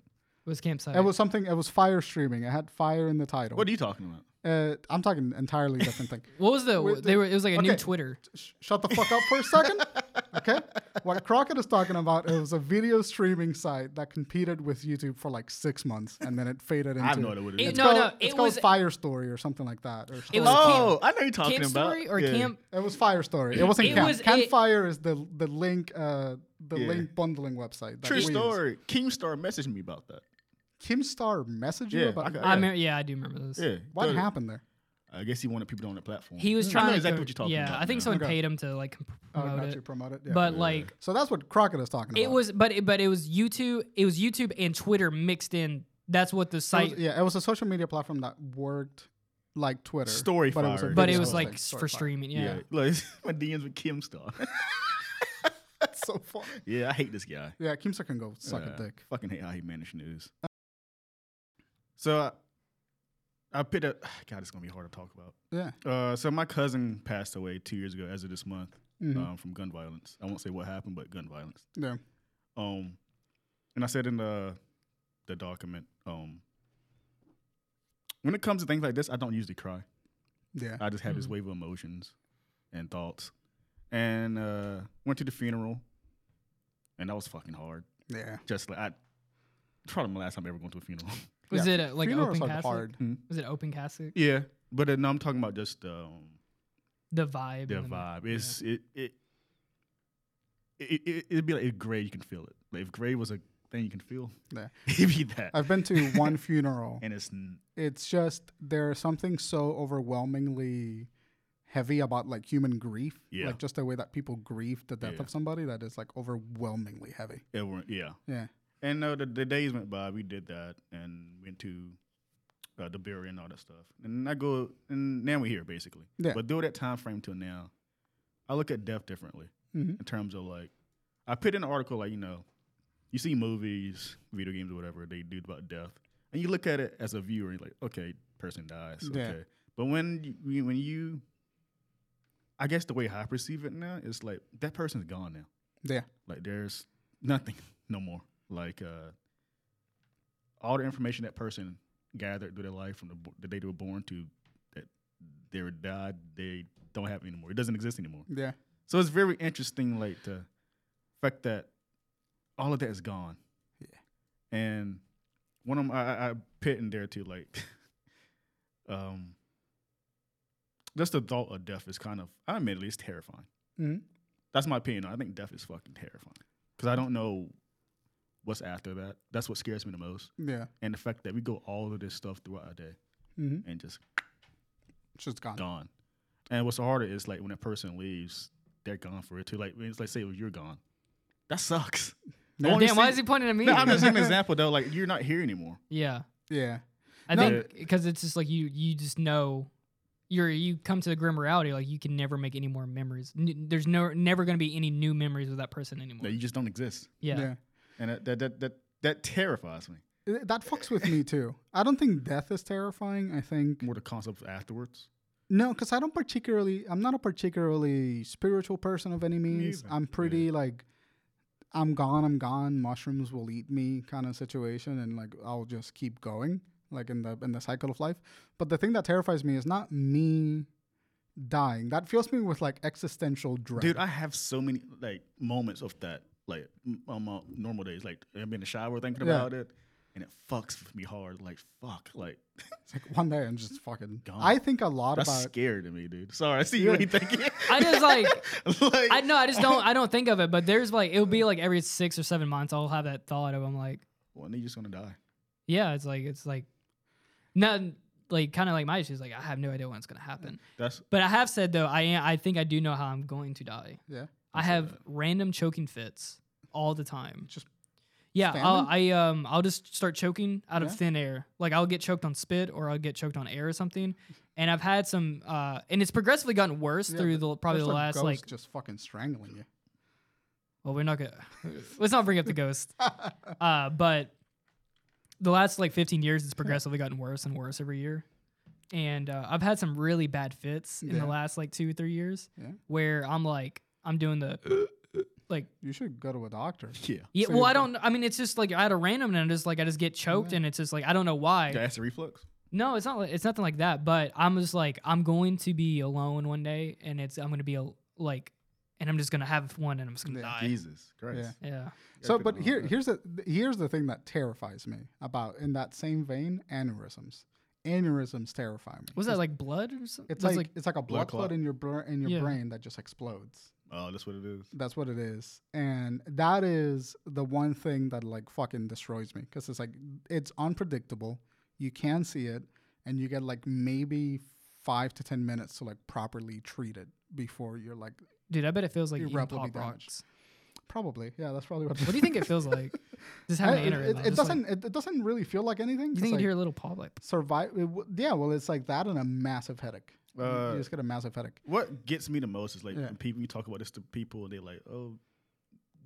Speaker 2: It was campsite.
Speaker 3: It was something. It was fire streaming. It had fire in the title.
Speaker 1: What are you talking about?
Speaker 3: uh, I'm talking entirely
Speaker 1: *laughs*
Speaker 3: different thing.
Speaker 2: what was the?
Speaker 3: with
Speaker 2: they
Speaker 3: the-
Speaker 2: were. It was like a new
Speaker 3: okay.
Speaker 2: Twitter.
Speaker 3: Sh- Shut the fuck up for a second, okay? What Crockett is talking about it was a video streaming site that competed with YouTube for like six months, and then it faded
Speaker 1: *laughs*
Speaker 3: into.
Speaker 1: I have no idea what it
Speaker 2: It-
Speaker 1: is.
Speaker 3: It's
Speaker 2: No,
Speaker 3: called,
Speaker 2: no,
Speaker 3: it's
Speaker 2: it
Speaker 3: called
Speaker 2: was-
Speaker 3: Fire Story or something like that. Or
Speaker 2: It
Speaker 3: story.
Speaker 2: was
Speaker 1: oh, I know you're talking
Speaker 2: Camp
Speaker 1: about.
Speaker 2: story or
Speaker 1: Yeah.
Speaker 2: camp?
Speaker 3: It was Fire Story. It wasn't
Speaker 2: It
Speaker 3: Camp.
Speaker 2: was- it-
Speaker 3: Campfire is the the link uh the
Speaker 1: Yeah.
Speaker 3: link bundling website. that
Speaker 1: True
Speaker 3: we use.
Speaker 1: story. Keemstar messaged me about that.
Speaker 3: Kimstar messaged you
Speaker 1: Yeah,
Speaker 3: about
Speaker 1: I got-
Speaker 2: I
Speaker 1: yeah.
Speaker 2: remember, yeah, I do remember this.
Speaker 1: Yeah.
Speaker 3: what
Speaker 1: so
Speaker 3: happened there.
Speaker 1: I guess he wanted people on the platform.
Speaker 2: He was
Speaker 1: Mm.
Speaker 2: trying
Speaker 1: I know
Speaker 2: to
Speaker 1: exactly
Speaker 2: go-
Speaker 1: what you're talking
Speaker 2: yeah,
Speaker 1: about.
Speaker 2: I think
Speaker 1: now.
Speaker 2: someone
Speaker 3: Okay.
Speaker 2: paid him to like com-
Speaker 3: Oh,
Speaker 2: promote
Speaker 3: got
Speaker 2: it.
Speaker 3: you promoted. Yeah.
Speaker 2: but like
Speaker 3: so that's what Crockett is talking about.
Speaker 2: it was, but it, but it was YouTube. It was YouTube and Twitter mixed in. That's what the
Speaker 3: It
Speaker 2: site.
Speaker 3: was- yeah, it was a social media platform that worked like Twitter.
Speaker 1: Story
Speaker 3: but it was, a
Speaker 1: fire.
Speaker 2: but
Speaker 1: Yeah.
Speaker 2: it
Speaker 3: video
Speaker 2: was
Speaker 1: Oh,
Speaker 2: like
Speaker 3: thing,
Speaker 2: s-
Speaker 3: story
Speaker 2: for
Speaker 3: fire.
Speaker 2: streaming.
Speaker 1: Yeah. *laughs*
Speaker 2: Yeah.
Speaker 1: Look, my DMs with Keemstar.
Speaker 3: That's *laughs* so funny.
Speaker 1: *laughs* yeah, I hate this guy.
Speaker 3: Yeah, Kimsa can go suck
Speaker 1: Yeah,
Speaker 3: a dick.
Speaker 1: Fucking hate how he managed news. So I, I picked up. *sighs* God, it's gonna be hard to talk about.
Speaker 3: Yeah.
Speaker 1: Uh, so my cousin passed away two years ago, as of this month,
Speaker 3: Mhm.
Speaker 1: um, from gun violence. I won't say what happened, but gun violence.
Speaker 3: Yeah.
Speaker 1: Um, and I said in the the document, um, when it comes to things like this, I don't usually cry.
Speaker 3: Yeah.
Speaker 1: I just have this wave of emotions and thoughts. And uh, went to the funeral, and that was fucking hard.
Speaker 3: Yeah.
Speaker 1: Just like I, it's probably my last time ever going to a funeral. *laughs*
Speaker 2: Was
Speaker 3: Yeah,
Speaker 2: it a, like
Speaker 3: funerals
Speaker 2: open
Speaker 3: are
Speaker 2: casket?
Speaker 3: hard.
Speaker 2: Was it open casket?
Speaker 1: Yeah, but uh, no, I'm talking about just um,
Speaker 2: The vibe.
Speaker 1: the
Speaker 2: and the-
Speaker 1: vibe. It's it it. It, it, it'd be like if gray, you can feel it. Like if gray was a thing you can feel,
Speaker 3: Yeah.
Speaker 1: *laughs* it'd be that.
Speaker 3: I've
Speaker 2: *laughs*
Speaker 3: been to one funeral.
Speaker 1: and it's n-
Speaker 3: It's just there's something so overwhelmingly heavy about like human grief.
Speaker 1: Yeah.
Speaker 3: Like just the way that people grieve the death
Speaker 1: Yeah.
Speaker 3: of somebody that is like overwhelmingly heavy.
Speaker 1: everyone, yeah.
Speaker 3: Yeah.
Speaker 1: And no, the, the days went by. We did that and went to uh, the burial and all that stuff. And I go, and now we're here basically.
Speaker 3: Yeah.
Speaker 1: But through that time frame till now, I look at death differently
Speaker 3: Mhm.
Speaker 1: in terms of like, I put in an article like you know, you see movies, video games, or whatever they do about death, and you look at it as a viewer, and you're like, okay, person dies,
Speaker 3: Yeah.
Speaker 1: okay. But when you, when you, I guess the way I perceive it now is like that person's gone now.
Speaker 3: Yeah.
Speaker 1: Like there's nothing *laughs* no more. Like uh, all the information that person gathered through their life from the, bo- the day they were born to that they were died, they don't have it anymore. It doesn't exist anymore.
Speaker 3: Yeah.
Speaker 1: So it's very interesting, like the fact that all of that is gone. Yeah. And one of 'em I, I- I put in there too, like, *laughs* um, just the thought of death is kind of, I admit, it's terrifying.
Speaker 3: Mhm.
Speaker 1: That's my opinion. I think death is fucking terrifying because I don't know what's after that. That's what scares me the most,
Speaker 3: Yeah.
Speaker 1: and the fact that we go all of this stuff throughout our day
Speaker 3: Mm-hmm.
Speaker 1: and just
Speaker 3: It's just gone.
Speaker 1: gone. And what's harder is like when a person leaves, they're gone for it too. Like it's like say if you're gone, that
Speaker 2: *laughs*
Speaker 1: sucks. I
Speaker 2: God
Speaker 1: wanna
Speaker 2: Damn, why
Speaker 1: see-
Speaker 2: is he pointing at me?
Speaker 1: No, I'm just an example though. Like you're not here anymore.
Speaker 2: *laughs* yeah.
Speaker 3: Yeah.
Speaker 2: I
Speaker 3: No.
Speaker 2: think because it's just like you you just know you're you come to the grim reality like you can never make any more memories. N- there's no never going to be any new memories of that person anymore.
Speaker 1: That you just don't exist.
Speaker 2: yeah.
Speaker 1: And that that that that, that terrifies me.
Speaker 3: Uh, That fucks with me too. I don't think death is terrifying. I think
Speaker 1: More the concept of afterwards.
Speaker 3: no, because I don't particularly. I'm not a particularly spiritual person of any means.
Speaker 1: either.
Speaker 3: I'm pretty like, I'm gone. I'm gone. Mushrooms will eat me, kind of situation, and like I'll just keep going, like in the in the cycle of life. But the thing that terrifies me is not me dying. That fills me with like existential dread.
Speaker 1: Dude, I have so many like moments of that. Like m- on my normal days, like I'm in the shower thinking
Speaker 3: Yeah.
Speaker 1: about it, and it fucks with me hard. Like fuck, like
Speaker 3: it's like one day I'm just fucking.
Speaker 1: Gone.
Speaker 3: I think a lot
Speaker 1: that's
Speaker 3: about.
Speaker 1: scary to me, dude. Sorry, I see you ain't
Speaker 3: *laughs*
Speaker 1: thinking.
Speaker 2: I just like
Speaker 1: *laughs* like
Speaker 2: I know I just don't I don't think of it, but there's like it'll be like every 6 or 7 months I'll have that thought of I'm like
Speaker 1: one day you're just gonna die.
Speaker 2: yeah, it's like it's like not like kind of like my issues like I have no idea when's going to happen.
Speaker 1: That's
Speaker 2: But I have said though I am, I think I do know how I'm going to die.
Speaker 3: Yeah.
Speaker 2: I
Speaker 1: said
Speaker 2: have random choking fits all the time.
Speaker 3: Just
Speaker 2: yeah, I'll, I
Speaker 3: standing?
Speaker 2: um I'll just start choking out
Speaker 3: Yeah.
Speaker 2: of thin air. Like I'll get choked on spit or I'll get choked on air or something. And I've had some uh and it's progressively gotten worse
Speaker 3: Yeah,
Speaker 2: through
Speaker 3: but
Speaker 2: the probably
Speaker 3: there's
Speaker 2: the
Speaker 3: a
Speaker 2: last
Speaker 3: ghost
Speaker 2: like
Speaker 3: just fucking strangling you.
Speaker 2: well we're not gonna *laughs* let's not bring up the
Speaker 3: *laughs*
Speaker 2: ghost. uh but the last like 15 years it's progressively gotten worse and worse every year. And uh, I've had some really bad fits in
Speaker 3: Yeah.
Speaker 2: the last like two or three years
Speaker 3: Yeah.
Speaker 2: where I'm like I'm doing
Speaker 3: *laughs*
Speaker 2: the like
Speaker 3: You should go to a doctor.
Speaker 1: yeah.
Speaker 2: Yeah,
Speaker 3: So
Speaker 2: well,
Speaker 3: you're
Speaker 2: I don't. I mean, it's just like at a random, and I'm just like I just get choked, and it's just like I don't know why.
Speaker 1: That's reflux.
Speaker 2: No, it's not. like- It's nothing like that. But I'm just like I'm going to be alone one day, and it's I'm gonna be a, like, and I'm just gonna have one, and I'm just gonna
Speaker 3: Yeah.
Speaker 2: die.
Speaker 1: Jesus Christ.
Speaker 3: Yeah.
Speaker 2: Yeah,
Speaker 3: So,
Speaker 1: Gotta
Speaker 3: but
Speaker 1: put it
Speaker 3: here,
Speaker 1: on.
Speaker 3: here's the th- here's the thing that terrifies me about in that same vein aneurysms. Aneurysms terrify me.
Speaker 2: was that like blood or something?
Speaker 3: It's
Speaker 2: That's
Speaker 3: like, it's like a
Speaker 1: blood
Speaker 3: blood clot
Speaker 1: clot.
Speaker 3: in your br- in your
Speaker 2: Yeah.
Speaker 3: brain that just explodes.
Speaker 1: Oh, that's what it is.
Speaker 3: That's what it is, and that is the one thing that like fucking destroys me because it's like it's unpredictable. You can see it, and you get like maybe five to ten minutes to like properly treat it before you're like
Speaker 2: dude, I bet it feels like eating
Speaker 3: Irreparably
Speaker 2: pop
Speaker 3: damaged. *laughs*
Speaker 2: rocks.
Speaker 3: probably yeah. That's probably what.
Speaker 2: What
Speaker 3: *laughs*
Speaker 2: do you think it feels like? Just having
Speaker 3: I-
Speaker 2: an
Speaker 3: it,
Speaker 2: aneurysm.
Speaker 3: it- it
Speaker 2: just, like-
Speaker 3: doesn't it, it doesn't really feel like anything.
Speaker 2: you
Speaker 3: 'cause,
Speaker 2: think you'd
Speaker 3: like,
Speaker 2: hear a little pop like?
Speaker 3: survive. It w- yeah, well, it's like that and a massive headache. You-
Speaker 1: Uh,
Speaker 3: you just get a massive headache.
Speaker 1: What gets me the most is like
Speaker 3: Yeah.
Speaker 1: when people you talk about this to people and they're like, oh,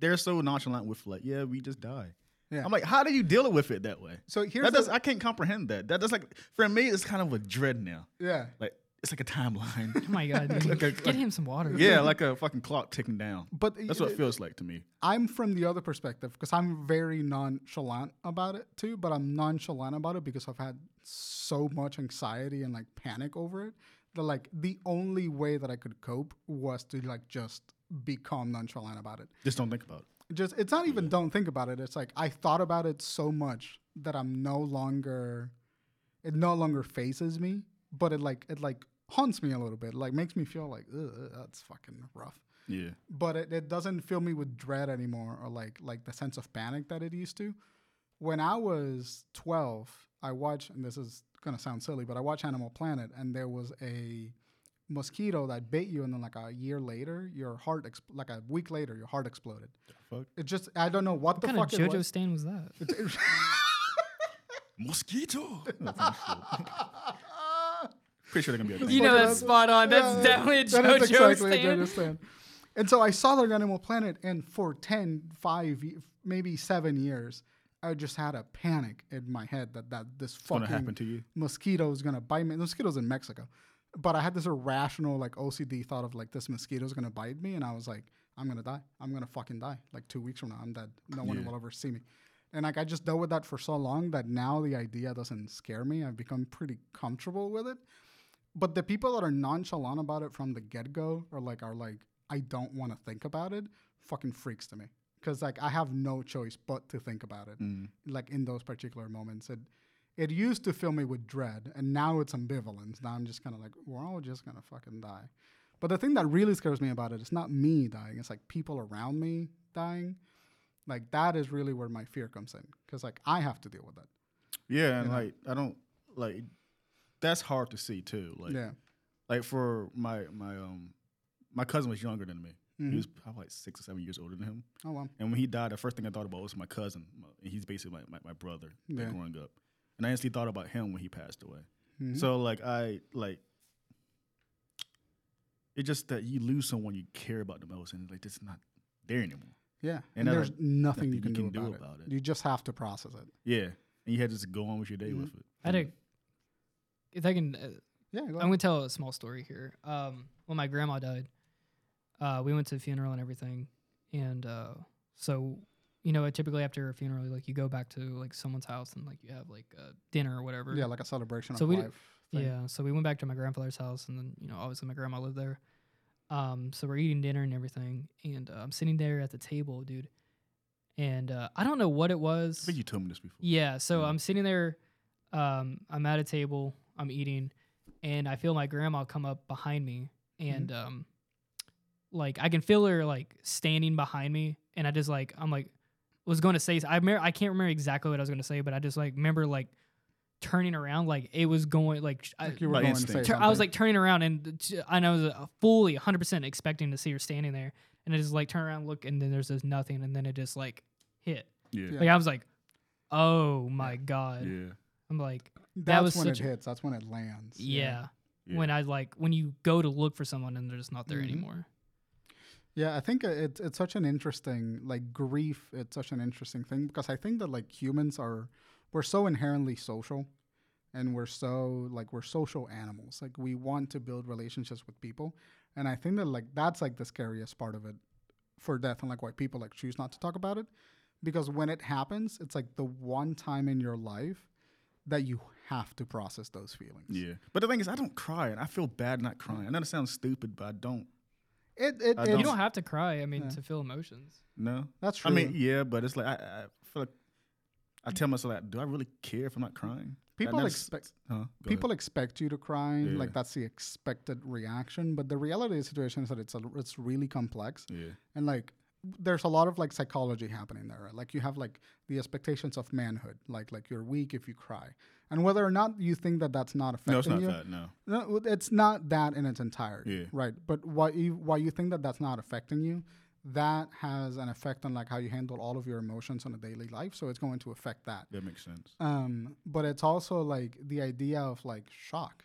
Speaker 1: they're so nonchalant with like, yeah, we just die.
Speaker 3: Yeah.
Speaker 1: I'm like, how do you deal with it that way?
Speaker 3: So here's
Speaker 1: That does,
Speaker 3: the,
Speaker 1: I can't comprehend that. That does like for me, it's kind of a dread now.
Speaker 3: yeah.
Speaker 1: Like it's like a timeline. *laughs*
Speaker 2: Oh my
Speaker 3: *laughs*
Speaker 2: god, dude.
Speaker 1: Like a-
Speaker 2: get
Speaker 1: like-
Speaker 2: him some water.
Speaker 1: yeah, like a fucking clock ticking down.
Speaker 3: But
Speaker 1: That's what it feels like to me.
Speaker 3: I'm from the other perspective because I'm very nonchalant about it too. But I'm nonchalant about it because I've had so much anxiety and like panic over it that like the only way that I could cope was to like just become nonchalant about it.
Speaker 1: Just don't think about it.
Speaker 3: just it's not even don't think about it. It's like I thought about it so much that I'm no longer it no longer phases me, but it like it like haunts me a little bit. Like makes me feel like Ugh, that's fucking rough.
Speaker 1: Yeah.
Speaker 3: But it, it doesn't fill me with dread anymore or like like the sense of panic that it used to. When I was 12, I watched and this is going to sound silly, but I watched Animal Planet and there was a mosquito that bit you and then like a year later, your heart exp- like a week later, your heart exploded.
Speaker 1: Fuck.
Speaker 3: It just I don't know what, the
Speaker 2: What kind of
Speaker 3: fuck it
Speaker 2: JoJo
Speaker 3: was.
Speaker 2: stand was that?
Speaker 1: *laughs* Mosquito. Pretty sure they're *laughs* gonna be a thing.
Speaker 2: You know
Speaker 3: *laughs*
Speaker 2: that's spot on. That's
Speaker 3: Yeah,
Speaker 2: definitely a
Speaker 3: that
Speaker 2: JoJo
Speaker 3: is exactly a
Speaker 2: stand.
Speaker 3: JoJo stand. And so I saw the Animal Planet, and for 10, 5, ye- maybe 7 years, I just had a panic in my head that, that this
Speaker 1: gonna
Speaker 3: fucking
Speaker 1: happen to you.
Speaker 3: mosquito is going to bite me. The mosquito's in Mexico. But I had this irrational, like, OCD thought of, like, this mosquito's going to bite me. And I was like, I'm going to die. I'm going to fucking die. Like, two weeks from now, I'm dead. No one
Speaker 1: Yeah.
Speaker 3: will ever see me. And, like, I just dealt with that for so long that now the idea doesn't scare me. I've become pretty comfortable with it but the people that are nonchalant about it from the get go or like are like, I don't want to think about it, fucking freaks to me. Cause like I have no choice but to think about it.
Speaker 1: Mm.
Speaker 3: Like in those particular moments, it it used to fill me with dread, and now it's ambivalence. Now I'm just kind of like, we're all just gonna fucking die. But the thing that really scares me about it is not me dying; it's like people around me dying. Like that is really where my fear comes in, because like I have to deal with that.
Speaker 1: Yeah, and
Speaker 3: know?
Speaker 1: like I don't like that's hard to see too. Like
Speaker 3: yeah,
Speaker 1: like for my my um my cousin was younger than me.
Speaker 3: Mhm.
Speaker 1: He was probably like six or seven years older than him.
Speaker 3: oh well,
Speaker 1: And when he died, the first thing I thought about was my cousin. My- He's basically my, my, my brother like,
Speaker 3: Yeah.
Speaker 1: growing up. And I instantly thought about him when he passed away.
Speaker 3: Mhm.
Speaker 1: So like I like it's just that you lose someone you care about the most and like it's not there anymore.
Speaker 3: yeah.
Speaker 1: And
Speaker 3: And,
Speaker 1: I
Speaker 3: there's
Speaker 1: like-
Speaker 3: nothing
Speaker 1: nothing
Speaker 3: you can, do, about, it. You just have to process it.
Speaker 1: Yeah. And you had to just go on with your
Speaker 3: Mm-hmm.
Speaker 1: day with it.
Speaker 2: I had a, if I can, uh,
Speaker 3: Yeah, go
Speaker 2: I'm
Speaker 3: ahead.
Speaker 2: gonna tell a small story here. Um, when my grandma died, uh, we went to the funeral and everything, and uh, so you know, typically after a funeral, like you go back to like someone's house and like you have like uh, dinner or whatever.
Speaker 3: yeah, like a celebration
Speaker 2: So
Speaker 3: of
Speaker 2: we d-
Speaker 3: life. thing.
Speaker 2: Yeah, so we went back to my grandfather's house, and then you know, obviously my grandma lived there. Um, so we're eating dinner and everything, and uh, I'm sitting there at the table, dude, and uh, I don't know what it
Speaker 1: I
Speaker 2: was.
Speaker 1: think you told me this before.
Speaker 2: Yeah, so
Speaker 1: Yeah.
Speaker 2: I'm sitting there, um, I'm at a table, I'm eating, and I feel my grandma come up behind me, and um, like I can feel her like standing behind me, and I just like I'm like was going to say I remember, I can't remember exactly what I was going to say, but I just like remember like turning around like it was going like, sh- I,
Speaker 3: like you were
Speaker 1: By
Speaker 3: going
Speaker 1: instinct.
Speaker 3: to say
Speaker 2: tur- I was
Speaker 3: something.
Speaker 2: like turning around and the t- and I was uh, fully 100% expecting to see her standing there, and I just like turn around look, and then there's just nothing, and then it just like hit.
Speaker 1: Yeah.
Speaker 3: Yeah.
Speaker 2: Like I was like, oh my god.
Speaker 1: Yeah.
Speaker 2: I'm like,
Speaker 3: that's
Speaker 2: was
Speaker 3: when it
Speaker 2: such a-
Speaker 3: hits. That's when it lands.
Speaker 2: yeah.
Speaker 1: Yeah.
Speaker 2: When I like when you go to look for someone and they're just not there
Speaker 3: Mhm.
Speaker 2: anymore.
Speaker 3: Yeah, I think uh, it's it's such an interesting like grief. It's such an interesting thing because I think that like humans are we're so inherently social, and we're so like we're social animals. Like we want to build relationships with people, and I think that like that's like the scariest part of it for death and like why people like choose not to talk about it because when it happens, it's like the one time in your life that you have to process those feelings.
Speaker 1: Yeah. But the thing is I don't cry and I feel bad not crying. I know that sounds stupid, but I don't
Speaker 3: It, it,
Speaker 1: I
Speaker 3: it's,
Speaker 1: don't-
Speaker 2: You don't have to cry. I mean,
Speaker 3: Yeah.
Speaker 2: to feel emotions.
Speaker 1: No,
Speaker 3: That's
Speaker 1: I mean,
Speaker 3: true.
Speaker 1: yeah, but it's like I, I feel like I tell myself like, do I really care if I'm not crying? That-
Speaker 3: People
Speaker 1: that's-
Speaker 3: expect-
Speaker 1: Huh? Go ahead.
Speaker 3: people expect you to cry
Speaker 1: Yeah.
Speaker 3: like that's the expected reaction but the reality of the situation is that it's a, it's really complex
Speaker 1: Yeah.
Speaker 3: and like there's a lot of like psychology happening there right? like you have like the expectations of manhood like like you're weak if you cry and whether or not you think that that's not affecting
Speaker 1: No, it's not
Speaker 3: you
Speaker 1: that. No.
Speaker 3: no, well, it's not that in its entirety,
Speaker 1: Yeah.
Speaker 3: right? But why you why you think that that's not affecting you? That has an effect on like how you handle all of your emotions on a daily life. So it's going to affect that.
Speaker 1: That makes sense.
Speaker 3: Um, but it's also like the idea of like shock.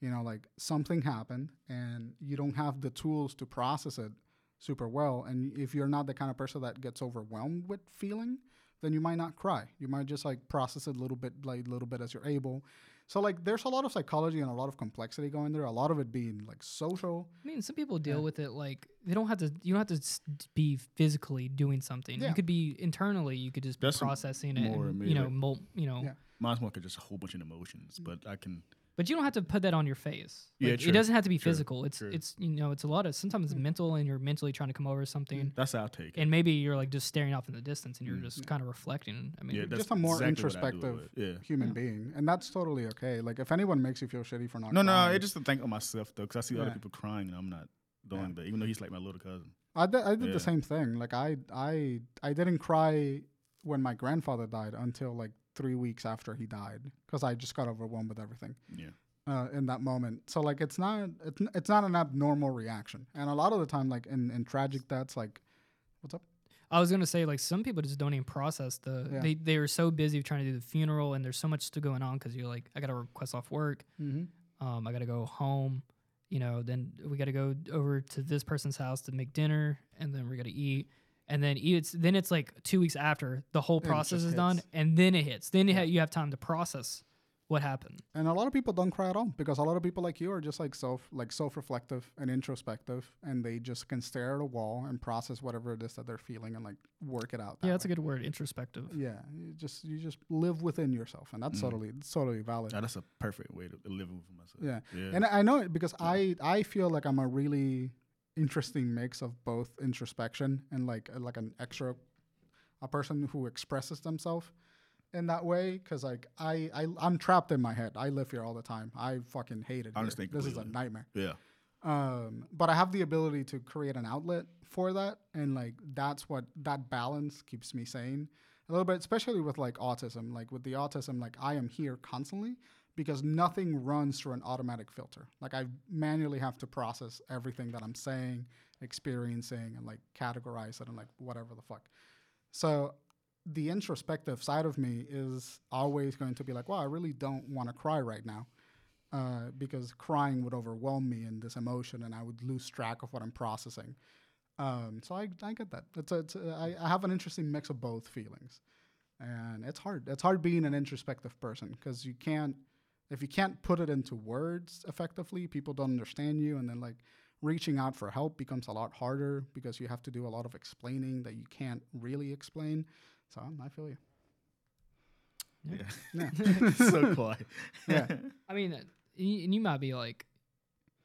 Speaker 3: You know, like something happened and you don't have the tools to process it super well. And if you're not the kind of person that gets overwhelmed with feeling, then you might not cry. You might just like process it a little bit, like a little bit as you're able. So like, there's a lot of psychology and a lot of complexity going there. A lot of it being like social.
Speaker 2: I mean, some people deal with it like they don't have to. You don't have to s- be physically doing something.
Speaker 3: Yeah.
Speaker 2: You could be internally. You could just be
Speaker 1: That's m-
Speaker 2: processing it.
Speaker 1: more
Speaker 2: and,
Speaker 1: me,
Speaker 2: you know,
Speaker 1: like-
Speaker 2: mul- you know.
Speaker 3: Yeah. Mm.
Speaker 1: Mine's more like just a whole bunch of emotions, but I can.
Speaker 2: But you don't have to put that on your face.
Speaker 1: Yeah,
Speaker 2: Like,
Speaker 1: true,
Speaker 2: It doesn't have to be
Speaker 1: true,
Speaker 2: physical. It's
Speaker 1: true.
Speaker 2: it's you know it's a lot of sometimes it's mental and you're mentally trying to come over something,
Speaker 1: That's how I take it.
Speaker 2: and maybe you're like just staring off in the distance and you're
Speaker 1: Mm.
Speaker 2: just kind of reflecting. I mean,
Speaker 1: yeah, that's
Speaker 3: Just a more
Speaker 1: exactly what I do
Speaker 3: introspective
Speaker 1: with it.
Speaker 3: human
Speaker 2: Yeah.
Speaker 3: being, and that's totally okay. Like if anyone makes you feel shitty for
Speaker 1: Yeah.
Speaker 3: not
Speaker 1: No, no,
Speaker 3: crying,
Speaker 1: it's just to think of myself though, because I see other
Speaker 3: Yeah.
Speaker 1: people crying and I'm not doing
Speaker 3: Yeah.
Speaker 1: that. Even though he's like my little cousin.
Speaker 3: I did, I did
Speaker 1: Yeah.
Speaker 3: the same thing. Like I I I didn't cry when my grandfather died until like three weeks after he died because I just got overwhelmed with everything
Speaker 1: Yeah.
Speaker 3: uh, in that moment. So like it's not it's, n- it's not an abnormal reaction, and a lot of the time like in in tragic deaths like what's up?
Speaker 2: I was gonna say like some people just don't even process the
Speaker 3: Yeah.
Speaker 2: they they are so busy trying to do the funeral and there's so much still going on because you're like I gotta request off work,
Speaker 3: Mm-hmm.
Speaker 2: um, I gotta go home, you know, then we gotta go over to this person's house to make dinner and then we're gonna eat. And then eat- it's then it's like two weeks after the whole
Speaker 3: it
Speaker 2: process
Speaker 3: just
Speaker 2: is done,
Speaker 3: hits.
Speaker 2: and then it hits. Then you
Speaker 3: Yeah.
Speaker 2: ha- you have time to process what happened.
Speaker 3: And a lot of people don't cry at all because a lot of people like you are just like self like self reflective and introspective, and they just can stare at a wall and process whatever it is that they're feeling and like work it out. that
Speaker 2: yeah, that's
Speaker 3: way.
Speaker 2: a good word, introspective.
Speaker 3: Yeah, you just you just live within yourself, and that's
Speaker 1: Mm.
Speaker 3: totally it's totally valid.
Speaker 1: Ah, that's a perfect way to live with myself.
Speaker 3: Yeah.
Speaker 1: Yeah.
Speaker 3: And I know it because I I feel like I'm a really interesting mix of both introspection and like like an extra a person who expresses themselves in that way because like I, I I'm trapped in my head. I live here all the time. I fucking hate it.
Speaker 1: I
Speaker 3: here.
Speaker 1: understand
Speaker 3: This is a
Speaker 1: completely.
Speaker 3: nightmare.
Speaker 1: yeah.
Speaker 3: Um, but I have the ability to create an outlet for that, and like that's what that balance keeps me sane a little bit, especially with like autism. Like with the autism, like I am here constantly because nothing runs through an automatic filter. Like I manually have to process everything that I'm saying, experiencing, and like categorize it and like whatever the fuck. So the introspective side of me is always going to be like, wow, I really don't want to cry right now uh, because crying would overwhelm me in this emotion and I would lose track of what I'm processing. Um, so I, I get that. It's a, it's a, I, I have an interesting mix of both feelings. And it's hard. It's hard being an introspective person because you can't, if you can't put it into words effectively, people don't understand you. And then, like, reaching out for help becomes a lot harder because you have to do a lot of explaining that you can't really explain. So I feel you.
Speaker 1: Yeah. *laughs*
Speaker 3: Yeah. *laughs*
Speaker 1: so quiet.
Speaker 3: Yeah.
Speaker 2: I mean, uh, y- and you might be like,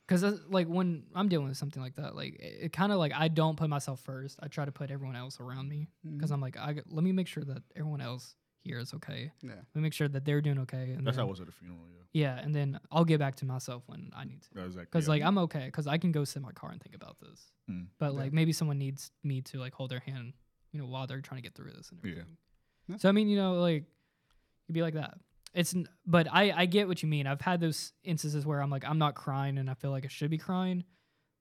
Speaker 2: because like when I'm dealing with something like that, like it, kind of like I don't put myself first. I try to put everyone else around me because I'm like, I g- let me make sure that everyone else here is okay.
Speaker 3: Yeah.
Speaker 2: Let me make sure that they're doing okay. And
Speaker 1: That's how I
Speaker 2: then,
Speaker 1: was at the funeral. Yeah.
Speaker 2: yeah, and then I'll get back to myself when I need to.
Speaker 1: That was
Speaker 2: Because
Speaker 1: yeah.
Speaker 2: like I'm okay, because I can go sit in my car and think about this.
Speaker 1: Mm.
Speaker 2: But
Speaker 3: Yeah.
Speaker 2: like maybe someone needs me to like hold their hand, you know, while they're trying to get through this and
Speaker 1: Yeah.
Speaker 2: everything.
Speaker 3: Yeah.
Speaker 2: So I mean, you know, like you'd be like that. It's n- but I I get what you mean. I've had those instances where I'm like I'm not crying and I feel like I should be crying,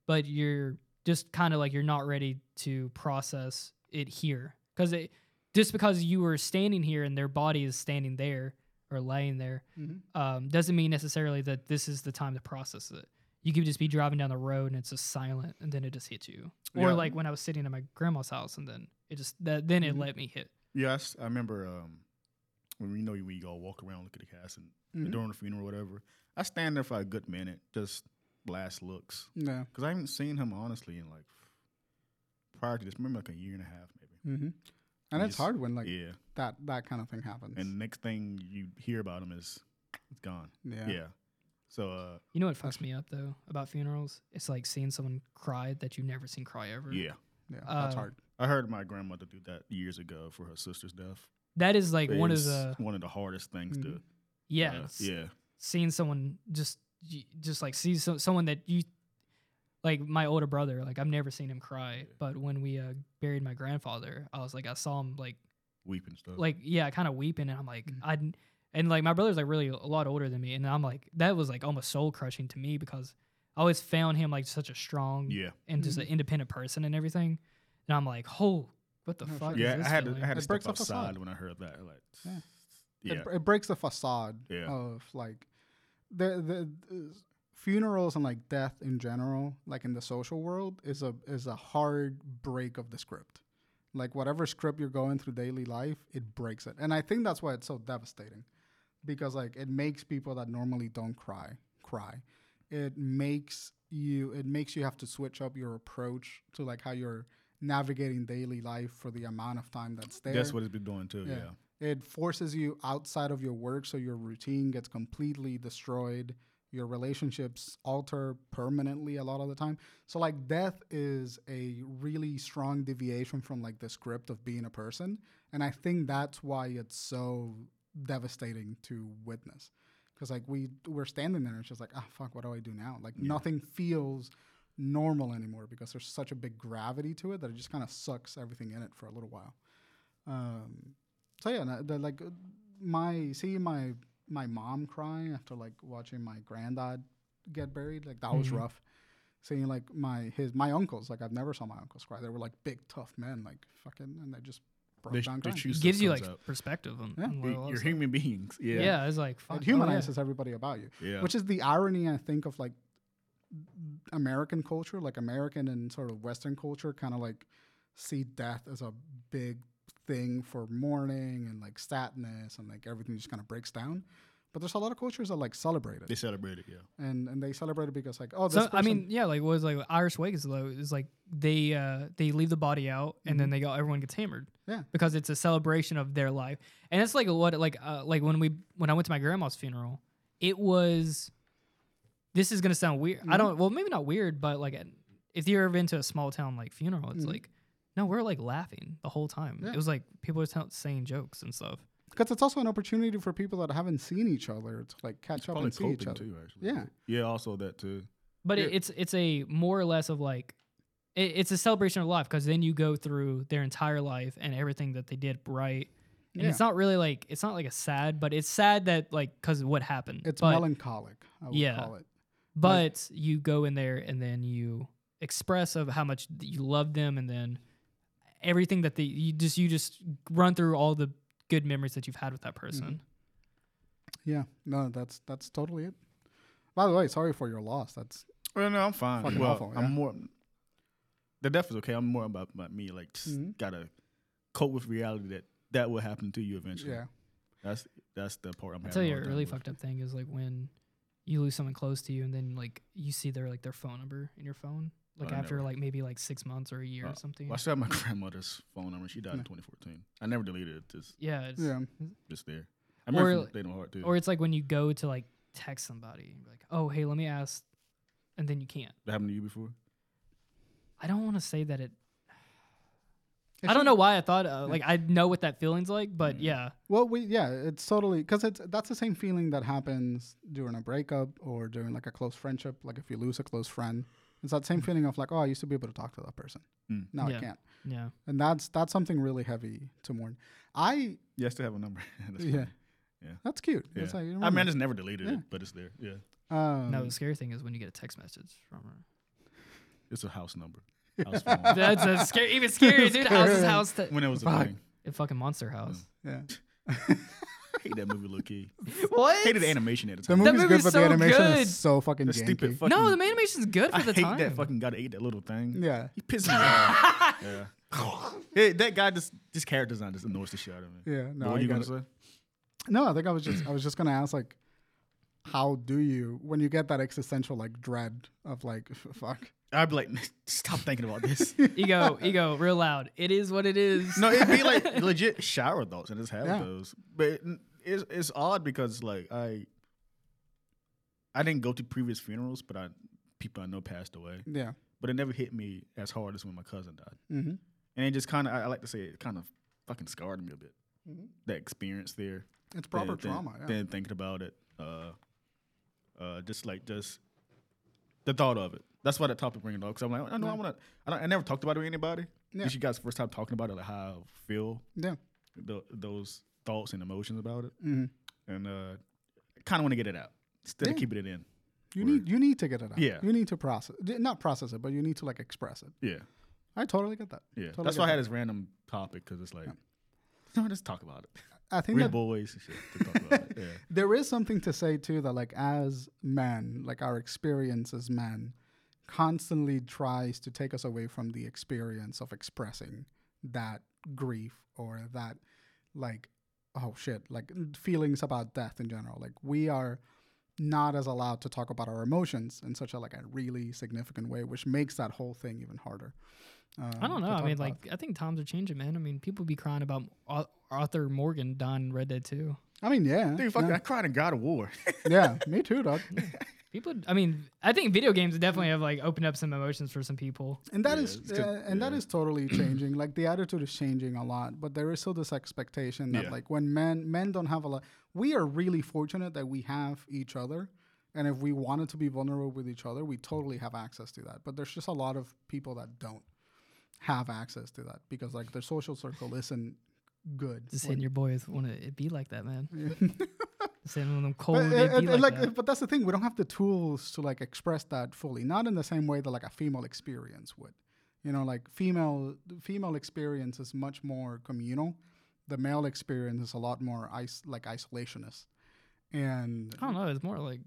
Speaker 2: but you're just kind of like you're not ready to process it here because it just because you were standing here and their body is standing there or laying there
Speaker 3: Mhm.
Speaker 2: um, doesn't mean necessarily that this is the time to process it. You could just be driving down the road and it's just silent, and then it just hits you. Or
Speaker 1: Yeah.
Speaker 2: like when I was sitting at my grandma's house, and then it just that, then it
Speaker 1: Mm-hmm.
Speaker 3: Mhm.
Speaker 2: let me hit.
Speaker 1: Yeah, I, s- I remember um, when we know we all walk around, look at the cast, and
Speaker 3: Mhm.
Speaker 1: during the funeral, or whatever. I stand there for a good minute, just blast looks,
Speaker 3: Yeah.
Speaker 1: because I haven't seen him honestly in like prior to this, maybe like a year and a half, maybe.
Speaker 3: Mm-hmm. And it's
Speaker 1: Yes.
Speaker 3: hard when like
Speaker 1: yeah,
Speaker 3: that that kind of thing happens.
Speaker 1: and next thing you hear about him is it's gone.
Speaker 3: yeah.
Speaker 1: Yeah. So uh,
Speaker 2: You know what fucks
Speaker 3: That's-
Speaker 2: me up though about funerals? It's like seeing someone cry that you've never seen cry ever.
Speaker 1: yeah,
Speaker 3: yeah, that's
Speaker 2: Uh,
Speaker 3: hard.
Speaker 1: I heard my grandmother do that years ago for her sister's death.
Speaker 2: That is like one of
Speaker 1: It's
Speaker 2: the
Speaker 1: one of the hardest things to
Speaker 3: Mhm.
Speaker 2: yeah,
Speaker 1: uh,
Speaker 2: it's
Speaker 1: yeah
Speaker 2: seeing someone just y- just like see so, someone that you like my older brother like I've never seen him cry, but when we uh, buried my grandfather, I was like I saw him like
Speaker 1: weeping stuff.
Speaker 2: like yeah, kind of weeping, and I'm like
Speaker 1: Mm.
Speaker 3: Mhm.
Speaker 2: I and like my brother's like really a lot older than me, and I'm like that was like almost soul crushing to me because I always found him like such a strong
Speaker 1: yeah,
Speaker 2: and just an
Speaker 3: Mm-hmm.
Speaker 2: independent person and everything, and I'm like oh what the
Speaker 3: No,
Speaker 2: fuck?
Speaker 3: sure.
Speaker 2: is
Speaker 1: yeah.
Speaker 2: this
Speaker 1: I had to,
Speaker 2: feeling?
Speaker 1: I had to
Speaker 3: It
Speaker 1: step
Speaker 3: breaks up a side.
Speaker 1: outside when I heard that. Like,
Speaker 3: Yeah.
Speaker 1: yeah,
Speaker 3: It, it breaks the facade
Speaker 1: Yeah.
Speaker 3: of like the the uh, funerals and like death in general, like in the social world, is a is a hard break of the script. Like whatever script you're going through daily life, it breaks it, and I think that's why it's so devastating, because like it makes people that normally don't cry cry. It makes you it makes you have to switch up your approach to like how you're navigating daily life for the amount of time that's there.
Speaker 1: That's what it's been doing too. Yeah.
Speaker 3: Yeah. It forces you outside of your work, so your routine gets completely destroyed. Your relationships alter permanently a lot of the time. So, like, death is a really strong deviation from like the script of being a person. And I think that's why it's so devastating to witness. Because, like, we, we're standing there and it's just like, ah, fuck, what do I do now? Like, nothing feels normal anymore because there's such a big gravity to it that it just kind of sucks everything in it for a little while. Um, so yeah, no, the, like uh, my seeing my my mom cry after like watching my granddad get buried, like that was
Speaker 2: Mhm.
Speaker 3: rough. Seeing like my his my uncles, like I've never saw my uncles cry. They were like big tough men, like fucking, and they just broke
Speaker 1: They,
Speaker 3: down
Speaker 1: they
Speaker 3: crying.
Speaker 1: choose
Speaker 2: gives you
Speaker 1: comes
Speaker 2: like
Speaker 1: up.
Speaker 2: perspective on,
Speaker 3: Yeah.
Speaker 2: on what
Speaker 1: you're
Speaker 2: else-
Speaker 1: human *laughs* beings.
Speaker 2: Yeah.
Speaker 1: Yeah,
Speaker 2: it's like fuck, oh,
Speaker 3: it
Speaker 2: yeah.
Speaker 3: humanizes everybody about you
Speaker 1: yeah.
Speaker 3: which is the irony i think of like american culture like american and sort of western culture kind of like see death as a big thing for mourning and like sadness and like everything just kind of breaks down but there's a lot of cultures that like celebrate
Speaker 1: they
Speaker 3: it
Speaker 1: celebrate it. Yeah,
Speaker 3: and and they celebrate it because like oh this
Speaker 2: So I
Speaker 3: person-
Speaker 2: mean, yeah, like what was like Irish Wake is low is like they uh they leave the body out and then they go everyone gets hammered.
Speaker 3: Mm-hmm. Yeah.
Speaker 2: Because it's a celebration of their life. And it's like what like uh, like when we when I went to my grandma's funeral, it was this is gonna sound weird.
Speaker 3: Mm-hmm.
Speaker 2: I don't well maybe not weird, but like if you're ever into a small town like funeral, it's like no, we're like laughing the whole time.
Speaker 3: Mm-hmm. Yeah.
Speaker 2: It was like people are tell saying jokes and stuff.
Speaker 3: because it's also an opportunity for people that haven't seen each other to like catch up
Speaker 1: probably
Speaker 3: and see each
Speaker 1: coping
Speaker 3: other
Speaker 1: too. Actually,
Speaker 3: Yeah.
Speaker 1: yeah. Also that too.
Speaker 2: But
Speaker 1: Yeah.
Speaker 2: it, it's it's a more or less of like it, it's a celebration of life because then you go through their entire life and everything that they did right. And it's not really like it's not like a sad, but it's sad that like because of what happened.
Speaker 3: it's
Speaker 2: but,
Speaker 3: melancholic i would
Speaker 2: Yeah.
Speaker 3: call it
Speaker 2: but you go in there and then you express of how much th- you love them and then everything that they you just you just run through all the good memories that you've had with that person.
Speaker 3: yeah no that's that's totally it by the way sorry for your loss that's
Speaker 1: Well, no, I'm fine.
Speaker 3: Fucking
Speaker 1: well,
Speaker 3: awful, yeah.
Speaker 1: I'm more. The death is okay. I'm more about, about me. Like, just
Speaker 3: Mhm.
Speaker 1: gotta cope with reality that that will happen to you eventually.
Speaker 3: yeah
Speaker 1: that's that's the part I'm.
Speaker 2: I tell
Speaker 1: having
Speaker 2: you,
Speaker 1: a
Speaker 2: a
Speaker 1: hard
Speaker 2: really
Speaker 1: time
Speaker 2: fucked up thing is like when you lose someone close to you, and then like you see their like their phone number in your phone, like
Speaker 1: I
Speaker 2: after
Speaker 1: never-
Speaker 2: like maybe like six months or a year
Speaker 1: Uh,
Speaker 2: or something.
Speaker 1: with. Well, I still have my *laughs* grandmother's phone number. She died
Speaker 3: Yeah.
Speaker 1: in 2014. I never deleted it. It's
Speaker 2: yeah, it's,
Speaker 3: yeah
Speaker 1: just there. I remember
Speaker 2: Or-
Speaker 1: from Dana Hart too.
Speaker 2: or it's like when you go to like text somebody, and you're like, oh hey, let me ask, and then you can't.
Speaker 1: that happened to you before?
Speaker 2: I don't want to say that it.
Speaker 3: It
Speaker 2: I
Speaker 3: should-
Speaker 2: don't know why I thought uh, like I know what that feeling's like, but yeah,
Speaker 3: Well, we yeah, it's totally because it's that's the same feeling that happens during a breakup or during like a close friendship. Like if you lose a close friend, it's that same feeling of like, oh, I used to be able to talk to that person.
Speaker 1: Mm.
Speaker 3: Now I
Speaker 2: Yeah.
Speaker 3: can't,
Speaker 2: yeah.
Speaker 3: and that's that's something really heavy to mourn. I
Speaker 1: Yeah, I still have a number. *laughs* that's
Speaker 3: yeah,
Speaker 1: funny. Yeah.
Speaker 3: that's cute.
Speaker 1: Yeah.
Speaker 3: That's how you
Speaker 1: I mean, I
Speaker 3: remember.
Speaker 1: just never deleted
Speaker 3: Yeah.
Speaker 1: it, but it's there. Yeah,
Speaker 3: um,
Speaker 1: Mm.
Speaker 2: no, the scary thing is when you get a text message from her.
Speaker 1: it's a house *laughs* number. House phone.
Speaker 2: *laughs* That's a scary, *laughs* even scarier, dude. House is house. To,
Speaker 1: When it was a
Speaker 3: Fuck.
Speaker 1: thing.
Speaker 2: a fucking monster house.
Speaker 3: yeah,
Speaker 1: I hate that movie, Low Key.
Speaker 2: What?
Speaker 1: Hated the animation at the *laughs*
Speaker 3: the
Speaker 1: time.
Speaker 3: movie's, good,
Speaker 2: movie's
Speaker 3: but
Speaker 2: so
Speaker 3: the animation
Speaker 2: good.
Speaker 3: is so fucking
Speaker 1: The
Speaker 3: janky.
Speaker 1: stupid fucking.
Speaker 2: No, the animation's good for
Speaker 1: I
Speaker 2: the
Speaker 1: hate
Speaker 2: time.
Speaker 1: that fucking guy that ate that little thing.
Speaker 3: Yeah,
Speaker 1: He pisses me
Speaker 2: *laughs*
Speaker 1: off. Yeah. Hey, that guy just this character design just annoys the shit out of me.
Speaker 3: yeah.
Speaker 1: But
Speaker 3: No,
Speaker 1: what
Speaker 3: I
Speaker 1: you
Speaker 3: got
Speaker 1: gonna
Speaker 3: it.
Speaker 1: say?
Speaker 3: No, I think I
Speaker 1: *clears throat*
Speaker 3: was just I was just gonna ask like, how do you when you get that existential like dread of like *laughs* f- fuck?
Speaker 1: I'd be like, stop thinking about
Speaker 3: *laughs*
Speaker 1: this.
Speaker 2: ego, ego, real loud. It is what it is.
Speaker 1: no, it'd be like legit shower thoughts and just have
Speaker 3: Yeah.
Speaker 1: those. But it, it's it's odd because like I I didn't go to previous funerals, but I people I know passed away.
Speaker 3: Yeah.
Speaker 1: But it never hit me as hard as when my cousin died.
Speaker 3: Mm-hmm.
Speaker 1: And it just kind of I, I like to say it kind of fucking scarred me a bit.
Speaker 3: Mm-hmm.
Speaker 1: That experience there.
Speaker 3: It's proper
Speaker 1: than- than-
Speaker 3: trauma. yeah.
Speaker 1: than thinking about it. Uh, uh, just like just the thought of it. That's why that topic bringing up because I'm like, I know I want to. I, don't- I never talked about it with anybody.
Speaker 3: Yeah.
Speaker 1: This you guys first time talking about it, like how I feel
Speaker 3: yeah.
Speaker 1: tho- those thoughts and emotions about it,
Speaker 3: Mm-hmm.
Speaker 1: and uh, kind of want to get it out instead of
Speaker 3: Yeah.
Speaker 1: keeping it in.
Speaker 3: You
Speaker 1: Or-
Speaker 3: need you need to get it out.
Speaker 1: Yeah.
Speaker 3: You need to process d- not process it, but you need to like express it.
Speaker 1: Yeah,
Speaker 3: I totally get that.
Speaker 1: yeah.
Speaker 3: Totally
Speaker 1: That's
Speaker 3: get
Speaker 1: why I had
Speaker 3: that.
Speaker 1: this random topic because it's like, no, let's talk about it.
Speaker 3: I think
Speaker 1: We're
Speaker 3: that
Speaker 1: boys and shit. To talk about
Speaker 3: *laughs*
Speaker 1: it. Yeah.
Speaker 3: there is something to say too that like as men, like our experience as men constantly tries to take us away from the experience of expressing that grief or that like oh shit, like feelings about death in general. Like we are not as allowed to talk about our emotions in such a like a really significant way, which makes that whole thing even harder. Um,
Speaker 2: I don't
Speaker 3: to
Speaker 2: know. I
Speaker 3: talk
Speaker 2: mean,
Speaker 3: about.
Speaker 2: like, I think times are changing, man. I mean, people be crying about Ar- Arthur Morgan dying in Red Dead 2.
Speaker 3: I mean, yeah,
Speaker 1: Dude, fuck,
Speaker 3: yeah.
Speaker 1: I cried in God of War.
Speaker 3: yeah, me
Speaker 2: *laughs*
Speaker 3: too, dog.
Speaker 2: People, I mean, I think video games definitely have like opened up some emotions for some people.
Speaker 3: And that
Speaker 1: Yeah,
Speaker 3: is,
Speaker 1: it's good.
Speaker 3: uh, and that
Speaker 1: Yeah. *clears throat*
Speaker 3: is totally changing. Like the attitude is changing a lot, but there is still this expectation that
Speaker 1: Yeah.
Speaker 3: like when men men don't have a lot. We are really fortunate that we have each other, and if we wanted to be vulnerable with each other, we totally have access to that. But there's just a lot of people that don't have access to that because like their social circle isn't good.
Speaker 2: Just
Speaker 3: Like,
Speaker 2: hitting your boy is one of it be like that, man.
Speaker 3: Yeah. *laughs*
Speaker 2: Just hitting one of them cold.
Speaker 3: But,
Speaker 2: it
Speaker 3: uh,
Speaker 2: be
Speaker 3: uh,
Speaker 2: like,
Speaker 3: like,
Speaker 2: that.
Speaker 3: but that's the thing. We don't have the tools to like express that fully. Not in the same way that like a female experience would. You know, like female the female experience is much more communal. The male experience is a lot more is- like isolationist. And
Speaker 2: I don't know. It's more like,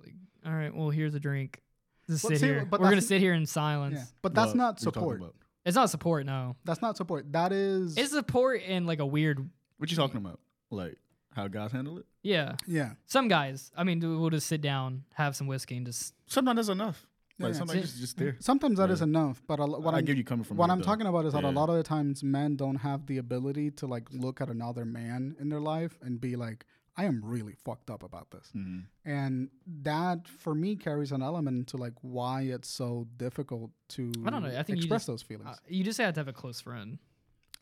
Speaker 2: like, all right, well, here's a drink. Just
Speaker 3: But
Speaker 2: sit
Speaker 3: see,
Speaker 2: here.
Speaker 3: but
Speaker 2: We're gonna
Speaker 3: that's-
Speaker 2: sit here in silence.
Speaker 3: yeah, but that's
Speaker 1: What
Speaker 3: not
Speaker 1: we talking
Speaker 3: support.
Speaker 1: about?
Speaker 2: It's not support, no.
Speaker 3: That's not support. That is
Speaker 2: It's support in like a weird,
Speaker 1: What you talking about? Like how guys handle it?
Speaker 2: yeah.
Speaker 3: yeah.
Speaker 2: Some guys, I mean, we'll just sit down, have some whiskey, and just
Speaker 1: Sometimes that's enough. Like
Speaker 3: Yeah.
Speaker 1: sometimes
Speaker 2: See-
Speaker 1: just, just there.
Speaker 3: Sometimes that
Speaker 1: Yeah.
Speaker 3: is enough, but a, lo- what
Speaker 1: I
Speaker 3: I'm
Speaker 1: get you coming from.
Speaker 3: what
Speaker 1: there,
Speaker 3: I'm
Speaker 1: though.
Speaker 3: talking about is that a
Speaker 1: Yeah.
Speaker 3: lot of the times men don't have the ability to like look at another man in their life and be like, I am really fucked up about this.
Speaker 1: Mhm.
Speaker 3: And that for me carries an element to like why it's so difficult to
Speaker 2: I don't know, I think you
Speaker 3: express
Speaker 2: just-
Speaker 3: those feelings.
Speaker 2: uh, you just have to have a close friend.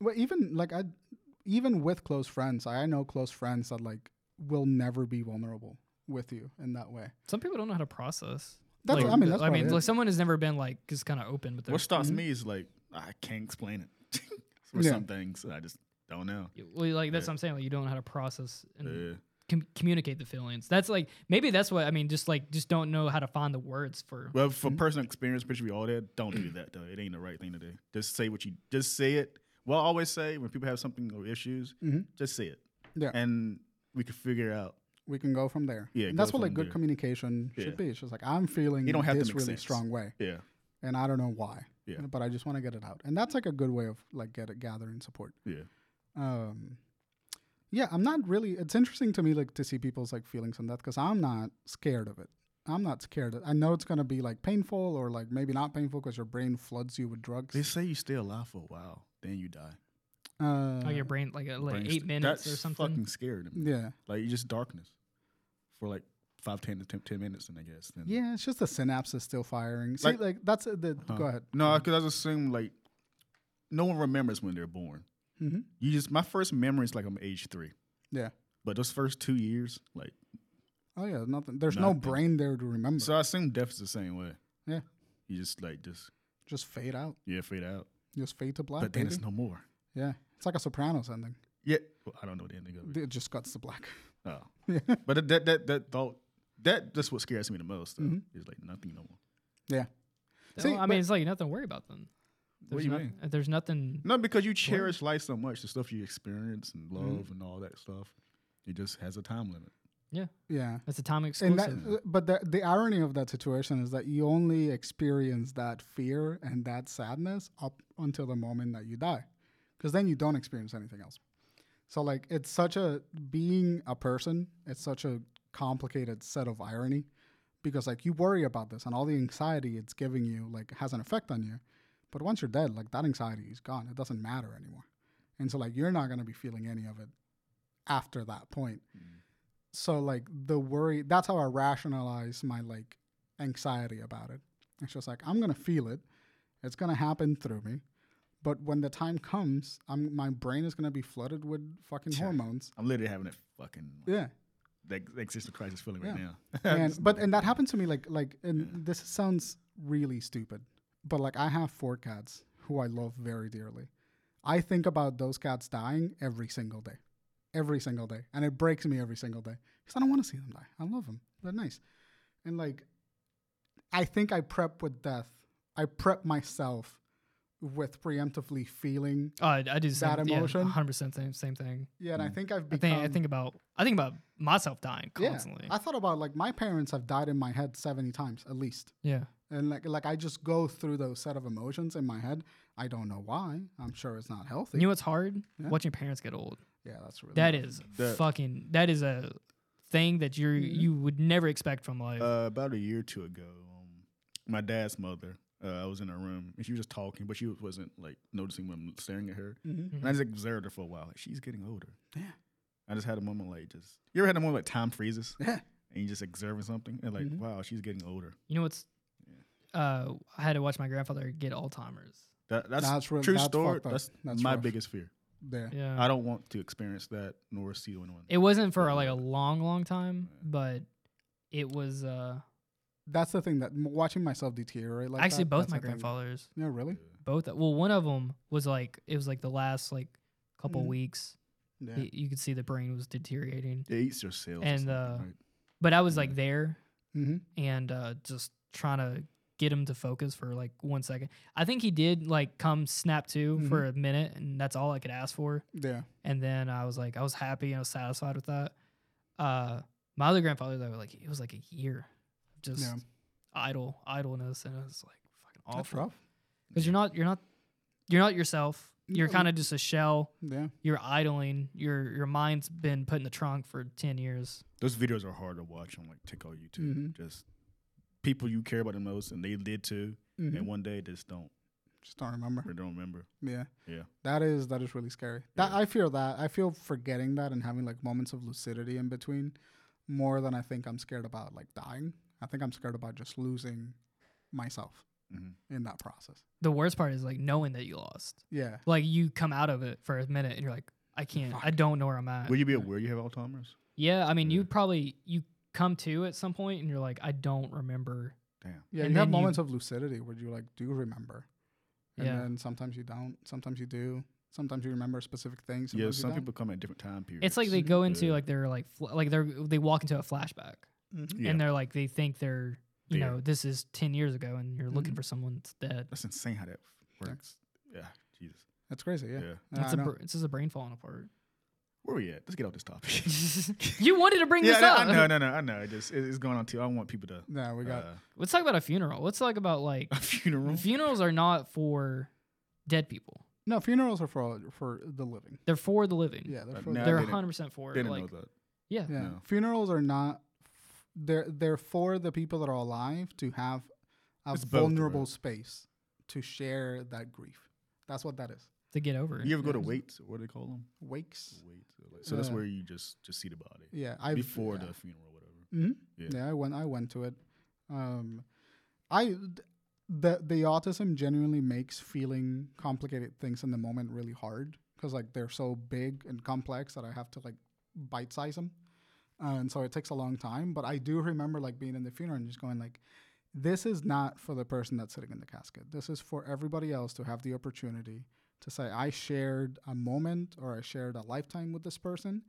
Speaker 3: well, even like I even with close friends, I know close friends that like will never be vulnerable with you in that way.
Speaker 2: Some people don't know how to process.
Speaker 3: That's
Speaker 2: like,
Speaker 3: I mean that's
Speaker 2: I mean,
Speaker 3: probably it.
Speaker 2: like someone has never been like just kind of open with their.
Speaker 1: What stops me is like I can't explain it. *laughs* For
Speaker 3: Yeah.
Speaker 1: some things, I just don't know.
Speaker 2: Well, like that's what I'm saying. Like you don't know how to process and
Speaker 3: Mm-hmm.
Speaker 1: Yeah.
Speaker 2: com- communicate the feelings. That's like maybe that's what I mean. Just like just don't know how to find the words for.
Speaker 1: Well, for
Speaker 3: Mm-hmm.
Speaker 1: personal experience, picture all that. Don't do that though. It ain't the right thing to do. Just say what you just say it. Well, I always say when people have something or issues,
Speaker 3: Mhm.
Speaker 1: just say it.
Speaker 3: Yeah.
Speaker 1: And we can figure out.
Speaker 3: we can go from there.
Speaker 1: Yeah,
Speaker 3: and
Speaker 1: go
Speaker 3: that's what
Speaker 1: from
Speaker 3: like good
Speaker 1: there.
Speaker 3: communication
Speaker 1: Yeah.
Speaker 3: should be. It's just like I'm feeling
Speaker 1: It don't have to
Speaker 3: this
Speaker 1: make
Speaker 3: really
Speaker 1: sense.
Speaker 3: strong way.
Speaker 1: Yeah.
Speaker 3: and I don't know why.
Speaker 1: Yeah.
Speaker 3: But I just want to get it out, and that's like a good way of like get it, gathering support.
Speaker 1: Yeah.
Speaker 3: Um, yeah, I'm not really. It's interesting to me like to see people's like feelings on that because I'm not scared of it. I'm not scared. I know it's gonna be like painful or like maybe not painful because your brain floods you with drugs.
Speaker 1: They say you stay alive for a while, then you die.
Speaker 3: uh,
Speaker 1: Oh,
Speaker 2: like your brain, like uh, like
Speaker 1: Brain
Speaker 2: eight
Speaker 1: st-
Speaker 2: minutes
Speaker 1: that's
Speaker 2: or something.
Speaker 1: Fucking scary to me.
Speaker 3: yeah,
Speaker 1: Like you just darkness for like five, ten to 10, 10 minutes, then I guess. Then
Speaker 3: yeah. It's just the synapses still firing. See, like,
Speaker 1: Like-
Speaker 3: that's uh, the.
Speaker 1: Huh.
Speaker 3: Go ahead.
Speaker 1: No, because I just assume like no one remembers when they're born.
Speaker 3: Mhm.
Speaker 1: You just my first memory is like I'm age three,
Speaker 3: Yeah.
Speaker 1: but those first two years, like
Speaker 3: Oh yeah. Nothing. There's no
Speaker 1: Nothing.
Speaker 3: brain there to remember.
Speaker 1: so I assume death's the same way.
Speaker 3: Yeah.
Speaker 1: you just like just
Speaker 3: just fade out.
Speaker 1: yeah fade out,
Speaker 3: Just fade to black.
Speaker 1: but then it's
Speaker 3: baby.
Speaker 1: no more.
Speaker 3: yeah. It's like a Sopranos ending.
Speaker 1: Yeah, well, I don't know the ending of it.
Speaker 3: It just cuts to black. *laughs*
Speaker 1: Oh,
Speaker 3: Yeah.
Speaker 1: but that that that thought that that's what scares me the most. Though,
Speaker 3: Mhm.
Speaker 1: is like nothing no more.
Speaker 2: Well,
Speaker 3: See,
Speaker 2: I mean,
Speaker 3: but-
Speaker 2: it's like nothing to worry about then.
Speaker 1: What
Speaker 2: There's
Speaker 1: do you
Speaker 2: noth-
Speaker 1: mean?
Speaker 2: uh, There's nothing.
Speaker 1: No, because you cherish life so much, the stuff you experience and love
Speaker 3: Mm-hmm.
Speaker 1: and all that stuff, it just has a time limit.
Speaker 3: Yeah.
Speaker 2: That's a time
Speaker 3: And
Speaker 2: exclusive.
Speaker 3: that, but the, the irony of that situation is that you only experience that fear and that sadness up until the moment that you die, because then you don't experience anything else. So like it's such a being a person, it's such a complicated set of irony, because like you worry about this and all the anxiety it's giving you like has an effect on you, but once you're dead, like that anxiety is gone. It doesn't matter anymore, and so like you're not gonna be feeling any of it after that point so like the worry that's how i rationalize my like anxiety about it it's just like i'm gonna feel it it's gonna happen through me but when the time comes i'm my brain is gonna be flooded with fucking
Speaker 1: Yeah.
Speaker 3: hormones
Speaker 1: I'm literally having that fucking
Speaker 3: yeah
Speaker 1: that existential crisis feeling right
Speaker 3: Yeah.
Speaker 1: now. *laughs*
Speaker 3: and but and that happened to me like like and this sounds really stupid but like i have four cats who i love very dearly i think about those cats dying every single day every single day and it breaks me every single day because i don't want to see them die i love them they're nice and like i think i prep with death i prep myself with preemptively feeling
Speaker 2: Oh, I, I do the same,
Speaker 3: that emotion?
Speaker 2: Yeah, 100% same, same thing.
Speaker 3: yeah and i think i've
Speaker 2: Mm. I
Speaker 3: become
Speaker 2: think, I think about I think about myself dying constantly.
Speaker 3: yeah, i thought about like my parents have died in my head 70 times at least
Speaker 2: yeah.
Speaker 3: and like like I just go through those set of emotions in my head. I don't know why. I'm sure it's not healthy.
Speaker 2: You know what's hard?
Speaker 3: Yeah.
Speaker 2: Watching parents get old.
Speaker 3: yeah, that's really
Speaker 2: That is
Speaker 1: That-
Speaker 2: fucking. That is a thing that you are
Speaker 3: Mhm.
Speaker 2: you would never expect from life.
Speaker 1: uh, about a year or two ago, um, my dad's mother, uh, Uh, I was in her room and she was just talking, but she wasn't like noticing when I'm staring at her.
Speaker 3: Mm-hmm.
Speaker 1: And I just observed her for a while. Like, she's getting older.
Speaker 3: Yeah.
Speaker 1: I just had a moment like just. You ever had a moment like time freezes
Speaker 3: Yeah.
Speaker 1: and you just observing something and like,
Speaker 3: Mhm.
Speaker 1: wow, she's getting older.
Speaker 2: You know what's? Uh, I had to watch my grandfather get Alzheimer's.
Speaker 1: That, that's,
Speaker 3: That's real-
Speaker 1: true
Speaker 3: that's
Speaker 1: story.
Speaker 3: fucked up.
Speaker 1: That's,
Speaker 3: That's
Speaker 1: my
Speaker 3: rough.
Speaker 1: biggest fear.
Speaker 3: There.
Speaker 2: Yeah.
Speaker 1: I don't want to experience that nor see anyone.
Speaker 2: It wasn't for like a long, long time, but it was uh,
Speaker 3: That's the thing that m- watching myself deteriorate like
Speaker 2: actually
Speaker 3: that,
Speaker 2: both
Speaker 3: that's
Speaker 2: my
Speaker 3: the thing.
Speaker 2: grandfathers.
Speaker 3: Yeah, really?
Speaker 2: Both. Well, one of them was like it was like the last like couple
Speaker 3: Mm.
Speaker 2: weeks.
Speaker 3: Yeah.
Speaker 2: y- You could see the brain was deteriorating,
Speaker 1: It eats your cells. or
Speaker 2: And,
Speaker 1: something,
Speaker 2: uh,
Speaker 1: right?
Speaker 2: but I was like
Speaker 1: Yeah.
Speaker 2: there
Speaker 3: Mm-hmm.
Speaker 2: and uh, just trying to get him to focus for like one second. I think he did like come snap to
Speaker 3: Mm-hmm.
Speaker 2: for a minute, and that's all I could ask for.
Speaker 3: Yeah.
Speaker 2: And then I was like, I was happy and I was satisfied with that. Uh, my other grandfather though, like it was like a year, of just
Speaker 3: Yeah.
Speaker 2: idle idleness, and it's like fucking
Speaker 3: That's
Speaker 2: awful.
Speaker 3: rough.
Speaker 2: Because you're not, you're not, you're not yourself. You're
Speaker 3: No,
Speaker 2: kind of just a shell.
Speaker 3: Yeah.
Speaker 2: You're idling. Your your mind's been put in the trunk for ten years.
Speaker 1: Those videos are hard to watch on like TikTok, YouTube.
Speaker 3: Mhm.
Speaker 2: Mm-hmm.
Speaker 1: Just people you care about the most, and they did too.
Speaker 3: Mhm.
Speaker 2: Mm-hmm.
Speaker 1: And one day, they just don't
Speaker 3: Just don't remember.
Speaker 1: they don't remember.
Speaker 3: Yeah.
Speaker 1: Yeah.
Speaker 3: That is that is really scary. That I fear that. I feel forgetting that and having like moments of lucidity in between more than I think I'm scared about like dying. I think I'm scared about just losing myself
Speaker 1: Mhm.
Speaker 3: in that process.
Speaker 2: The worst part is like knowing that you lost.
Speaker 3: Yeah.
Speaker 2: Like you come out of it for a minute, and you're like, I can't. I don't know where I'm at.
Speaker 1: Will you be aware you have Alzheimer's?
Speaker 2: yeah, I mean,
Speaker 1: Yeah.
Speaker 2: you probably you come to at some point, and you're like, I don't remember
Speaker 1: Damn.
Speaker 3: Yeah,
Speaker 2: And
Speaker 3: you have
Speaker 2: then you-
Speaker 3: moments of lucidity where you like do remember. And
Speaker 2: Yeah.
Speaker 3: then sometimes you don't, sometimes you do, sometimes you remember specific things.
Speaker 1: Yeah,
Speaker 3: sometimes you
Speaker 1: some
Speaker 3: don't.
Speaker 1: people come at different time periods.
Speaker 2: It's like they go into
Speaker 1: Yeah.
Speaker 2: like they're like fl- like they're they walk into a flashback
Speaker 3: Mm-hmm.
Speaker 1: Yeah.
Speaker 2: and they're like they think they're you
Speaker 1: There.
Speaker 2: know this is ten years ago and you're
Speaker 1: Mm-hmm.
Speaker 2: looking for someone that's dead.
Speaker 1: That's insane how that works. Yeah, Jesus.
Speaker 3: That's crazy. Yeah.
Speaker 1: Yeah.
Speaker 3: Yeah,
Speaker 2: It's,
Speaker 3: I
Speaker 2: a
Speaker 3: know.
Speaker 2: br- it's just a brain
Speaker 1: *laughs*
Speaker 2: falling apart. *laughs*
Speaker 1: Where we at? Let's get off this topic. *laughs*
Speaker 2: you wanted to *laughs* bring
Speaker 1: yeah,
Speaker 2: this
Speaker 1: no,
Speaker 2: up.
Speaker 1: I know, no, no, I know. It just it- it's going on too. I want people to
Speaker 3: Yeah, we got
Speaker 1: uh,
Speaker 2: *laughs*
Speaker 1: *laughs*
Speaker 2: Let's talk about a funeral. Let's talk about like
Speaker 1: a funeral.
Speaker 2: funerals are not for dead people.
Speaker 3: no funerals are for all- for the living.
Speaker 2: They're for the living.
Speaker 3: Yeah, they're
Speaker 1: But
Speaker 3: for
Speaker 1: Mm. now
Speaker 3: the
Speaker 2: They're
Speaker 1: they
Speaker 2: a
Speaker 1: didn't-
Speaker 2: hundred percent for
Speaker 1: They
Speaker 2: it.
Speaker 1: didn't
Speaker 2: Like
Speaker 1: know that.
Speaker 2: yeah.
Speaker 3: Yeah.
Speaker 1: No.
Speaker 3: Funerals are not they're they're for the people that are alive to have a
Speaker 1: It's both,
Speaker 3: vulnerable
Speaker 1: right?
Speaker 3: space to share that grief. That's what that is.
Speaker 2: to get over it.
Speaker 1: You ever go to
Speaker 2: Yeah.
Speaker 1: waits? What do they call them?
Speaker 3: Wakes.
Speaker 1: Waits. or like- So that's
Speaker 3: Uh,
Speaker 1: where you just just see the body
Speaker 3: Yeah, I
Speaker 1: before
Speaker 3: yeah.
Speaker 1: the funeral or whatever.
Speaker 3: hmm
Speaker 1: Yeah.
Speaker 3: Yeah. I went. I went to it. Um, I the the autism genuinely makes feeling complicated things in the moment really hard because like they're so big and complex that I have to like bite size them, and so it takes a long time. But I do remember like being in the funeral and just going like, "This is not for the person that's sitting in the casket. This is for everybody else to have the opportunity to say I shared a moment or I shared a lifetime with this person."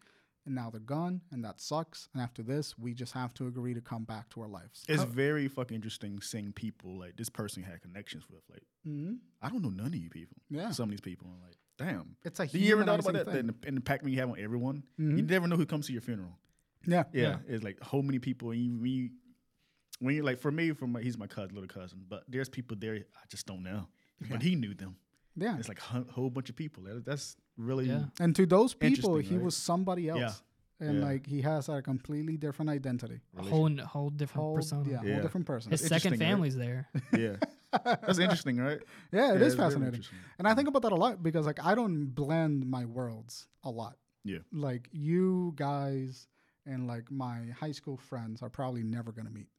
Speaker 3: and now they're gone, and that sucks. And after this, we just have to agree to come back to our lives.
Speaker 1: It's very fucking interesting seeing people like this person you had connections with. Like
Speaker 3: hmm
Speaker 1: I don't know none of you people.
Speaker 3: Yeah,
Speaker 1: Some of these people, I'm like, damn.
Speaker 3: it's a
Speaker 1: Do you ever thought
Speaker 3: humanizing
Speaker 1: about that?
Speaker 3: thing.
Speaker 1: The, the impact you have on everyone. You
Speaker 3: Mhm.
Speaker 1: never know who comes to your funeral.
Speaker 3: Yeah,
Speaker 1: Yeah, it's like how many people and you when you when you're like for me, for my, he's my cousin, little cousin, but there's people there I just don't know, but he knew them.
Speaker 3: yeah.
Speaker 1: It's like a hu- whole bunch of people. That- That's really
Speaker 2: Yeah.
Speaker 3: And to those people,
Speaker 1: Interesting,
Speaker 3: he
Speaker 1: right?
Speaker 3: was somebody else,
Speaker 1: Yeah.
Speaker 3: and
Speaker 1: Yeah.
Speaker 3: like he has a completely different identity,
Speaker 2: A whole n- whole different
Speaker 3: whole
Speaker 2: persona.
Speaker 3: yeah,
Speaker 1: Yeah.
Speaker 3: whole different person.
Speaker 2: His second
Speaker 1: Interesting, right?
Speaker 2: family's there.
Speaker 1: yeah, that's interesting,
Speaker 3: *laughs*
Speaker 1: right?
Speaker 3: yeah, it
Speaker 1: Yeah,
Speaker 3: is
Speaker 1: it's very
Speaker 3: fascinating.
Speaker 1: interesting.
Speaker 3: And I think about that a lot because like I don't blend my worlds a lot.
Speaker 1: Yeah.
Speaker 3: Like you guys and like my high school friends are probably never gonna meet.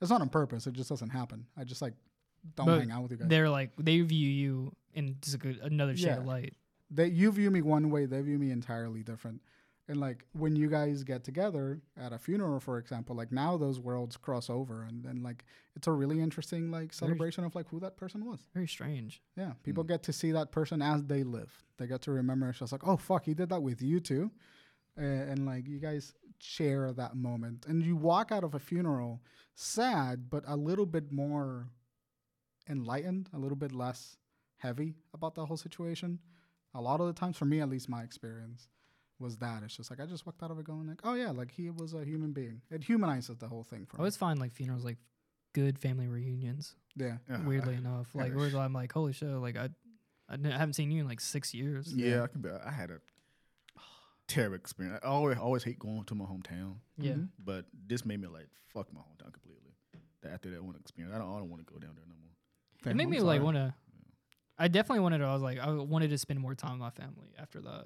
Speaker 3: It's not on purpose. It just doesn't happen. I just like don't
Speaker 2: But
Speaker 3: hang out with you guys.
Speaker 2: They're like they view you in just a good, another shade
Speaker 3: Yeah.
Speaker 2: of light.
Speaker 3: they you view me one way, they view me entirely different. And like when you guys get together at a funeral, for example, like now those worlds cross over, and then like it's a really interesting like celebration of like who that person was.
Speaker 2: Very strange.
Speaker 3: Yeah, people
Speaker 2: Hmm.
Speaker 3: get to see that person as they live. They get to remember. It's just like, oh fuck, he did that with you too, A- and, like you guys share that moment, and you walk out of a funeral sad, but a little bit more enlightened, a little bit less heavy about the whole situation. A lot of the times, for me at least, my experience was that it's just like I just walked out of it going like, oh yeah, like he was a human being. It humanizes the whole thing for
Speaker 2: I always find like funerals like good family reunions.
Speaker 3: me. Yeah,
Speaker 1: Yeah.
Speaker 2: weirdly enough, like where I'm like, holy shit, like I, I n- haven't seen you in like six years.
Speaker 1: yeah, I can be, I had a terrible experience. I always always hate going to my hometown,
Speaker 2: Yeah.
Speaker 3: Mhm.
Speaker 1: but this made me like fuck my hometown completely. After that one experience, I don't, I don't want to go down there no more.
Speaker 2: it made
Speaker 1: I'm
Speaker 2: me like
Speaker 1: sorry.
Speaker 2: want to. I definitely wanted. to- I was like, I wanted to spend more time with my family after the,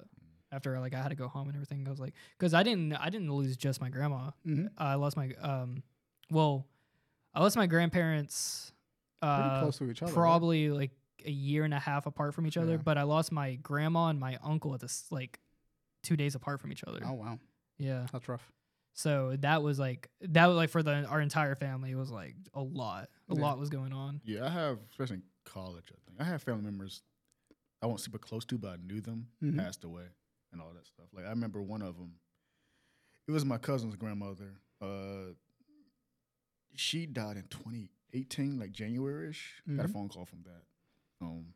Speaker 2: after like I had to go home and everything. I was like, because I didn't, I didn't lose just my grandma.
Speaker 3: Mhm.
Speaker 2: I lost my, um, well, I lost my grandparents.
Speaker 3: Pretty
Speaker 2: Uh,
Speaker 3: close to each other. right?
Speaker 2: probably like a year and a half apart from each other.
Speaker 3: Yeah.
Speaker 2: But I lost my grandma and my uncle at this like two days apart from each other.
Speaker 3: Oh wow,
Speaker 2: Yeah.
Speaker 3: that's rough.
Speaker 2: So that was like that was like for the our entire family it was like a lot. A
Speaker 3: Yeah.
Speaker 2: lot was going on.
Speaker 1: Yeah, I have, especially in college, I think. I have family members I wasn't super close to, but I knew them,
Speaker 3: Mhm.
Speaker 1: passed away, and all that stuff. Like, I remember one of them, it was my cousin's grandmother. Uh, she died in 2018, like January ish. Got a
Speaker 3: Mhm.
Speaker 1: phone call from that. Um,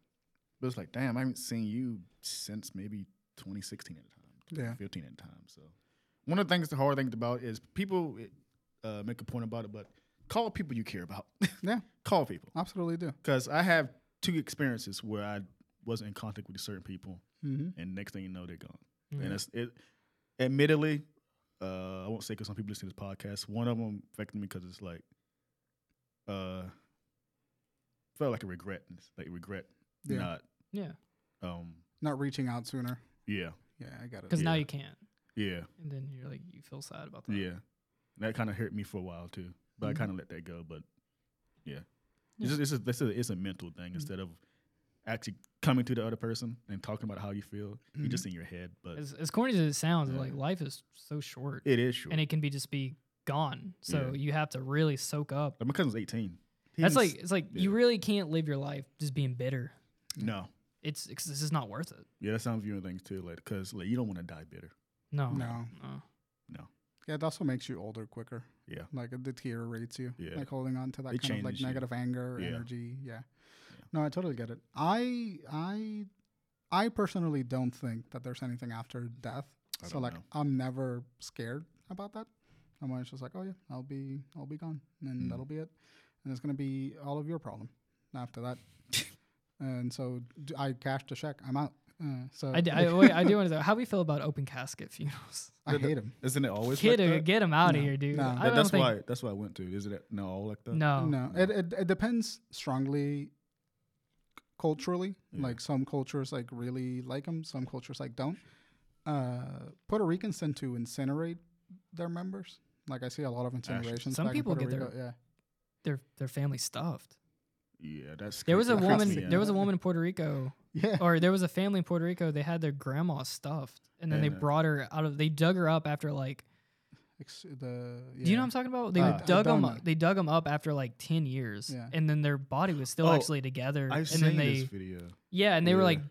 Speaker 1: but it's like, damn, I haven't seen you since maybe 2016 at the time,
Speaker 3: Yeah.
Speaker 1: 2015 at the time. So, one of the things, the hard thing about is people it, uh, make a point about it, but call people you care about. *laughs*
Speaker 3: Yeah.
Speaker 1: call people
Speaker 3: Absolutely do.
Speaker 1: because I have two experiences where I wasn't in contact with certain people,
Speaker 3: Mm-hmm.
Speaker 1: and next thing you know, they're gone.
Speaker 2: Mhm.
Speaker 1: And it's it. Admittedly, uh, I won't say because some people listen to this podcast. One of them affected me because it's like, uh, felt like a regret, It's like regret
Speaker 3: Yeah.
Speaker 1: not,
Speaker 2: Yeah.
Speaker 1: um,
Speaker 3: Not reaching out sooner.
Speaker 1: yeah,
Speaker 3: Yeah, I got it.
Speaker 2: Because now
Speaker 1: Yeah.
Speaker 2: you can't.
Speaker 1: yeah,
Speaker 2: And then you're like you feel sad about that.
Speaker 1: yeah. That kind of hurt me for a while too, but
Speaker 3: Mhm.
Speaker 1: I kind of let that go. But yeah,
Speaker 2: Mm-hmm. Yeah. Mm-hmm.
Speaker 1: it's just, it's, just, it's, a, it's a mental thing instead of actually coming to the other person and talking about how you feel. You're
Speaker 3: Mhm.
Speaker 2: Mm-hmm.
Speaker 1: just in your head, but
Speaker 2: As, as corny as it sounds,
Speaker 1: Yeah.
Speaker 2: like life is so short.
Speaker 1: It is short.
Speaker 2: and it can be just be gone. So
Speaker 1: Yeah.
Speaker 2: you have to really soak up.
Speaker 1: Like, my cousin's 18. He's-
Speaker 2: That's like it's like you
Speaker 1: yeah.
Speaker 2: really can't live your life just being bitter.
Speaker 1: no.
Speaker 2: It's it's this is not worth it.
Speaker 1: Yeah, that's how I'm viewing things too. Like, because like you don't want to die bitter.
Speaker 2: No.
Speaker 3: No.
Speaker 2: No.
Speaker 3: Yeah, it also makes you older quicker.
Speaker 1: Yeah.
Speaker 3: Like it deteriorates you.
Speaker 1: Yeah.
Speaker 3: Like holding on to that
Speaker 1: It
Speaker 3: kind of like
Speaker 1: changes you.
Speaker 3: negative anger,
Speaker 1: Yeah.
Speaker 3: energy. Yeah.
Speaker 1: Yeah.
Speaker 3: No, I totally get it. I I I personally don't think that there's anything after death.
Speaker 1: I
Speaker 3: so
Speaker 1: don't
Speaker 3: like
Speaker 1: know.
Speaker 3: I'm never scared about that. I'm always just like, oh yeah, I'll be I'll be gone, and
Speaker 1: Mm.
Speaker 3: that'll be it, and it's gonna be all of your problem after that. *laughs* and so d- I cashed a check. I'm out. Uh, so
Speaker 2: I, d- I, wait, I do want to *laughs* know how we feel about open casket
Speaker 1: *laughs*
Speaker 2: funerals.
Speaker 3: I
Speaker 1: Th- th-
Speaker 3: hate him.
Speaker 1: Isn't it always
Speaker 2: Kid,
Speaker 1: like that?
Speaker 2: get him out
Speaker 3: No,
Speaker 2: of here, dude.
Speaker 3: no.
Speaker 2: I
Speaker 3: That-
Speaker 1: That-
Speaker 2: don't
Speaker 1: that's
Speaker 2: think,
Speaker 1: why. That's why I went to. it. Isn't it no all like that?
Speaker 2: No.
Speaker 3: no it, it, it depends strongly culturally
Speaker 1: Yeah.
Speaker 3: like some cultures like really like them some cultures like don't uh, puerto ricans tend to incinerate their members like i see a lot of incinerations
Speaker 2: Some
Speaker 3: back in
Speaker 2: people
Speaker 3: Puerto
Speaker 2: get their-
Speaker 3: Rico, yeah
Speaker 2: Their their family stuffed.
Speaker 1: Yeah, that's.
Speaker 2: There was a
Speaker 1: creepy. That creeps me
Speaker 2: woman.
Speaker 1: out.
Speaker 2: There was a woman in Puerto Rico,
Speaker 3: yeah *laughs*
Speaker 2: or there was a family in Puerto Rico. They had their grandma stuffed, and then they
Speaker 1: And, uh,
Speaker 2: brought her out of. They dug her up after like.
Speaker 3: Ex- the
Speaker 2: Do you know
Speaker 3: yeah.
Speaker 2: what I'm talking about? They
Speaker 3: Uh,
Speaker 1: Ah.
Speaker 3: I
Speaker 2: dug
Speaker 3: don't
Speaker 2: them.
Speaker 3: know.
Speaker 2: They dug them up after like ten years,
Speaker 3: Yeah.
Speaker 2: and then their body was still
Speaker 1: Oh,
Speaker 2: actually together.
Speaker 1: I've seen
Speaker 2: and then they,
Speaker 1: this video.
Speaker 2: yeah, and they were
Speaker 1: Yeah.
Speaker 2: like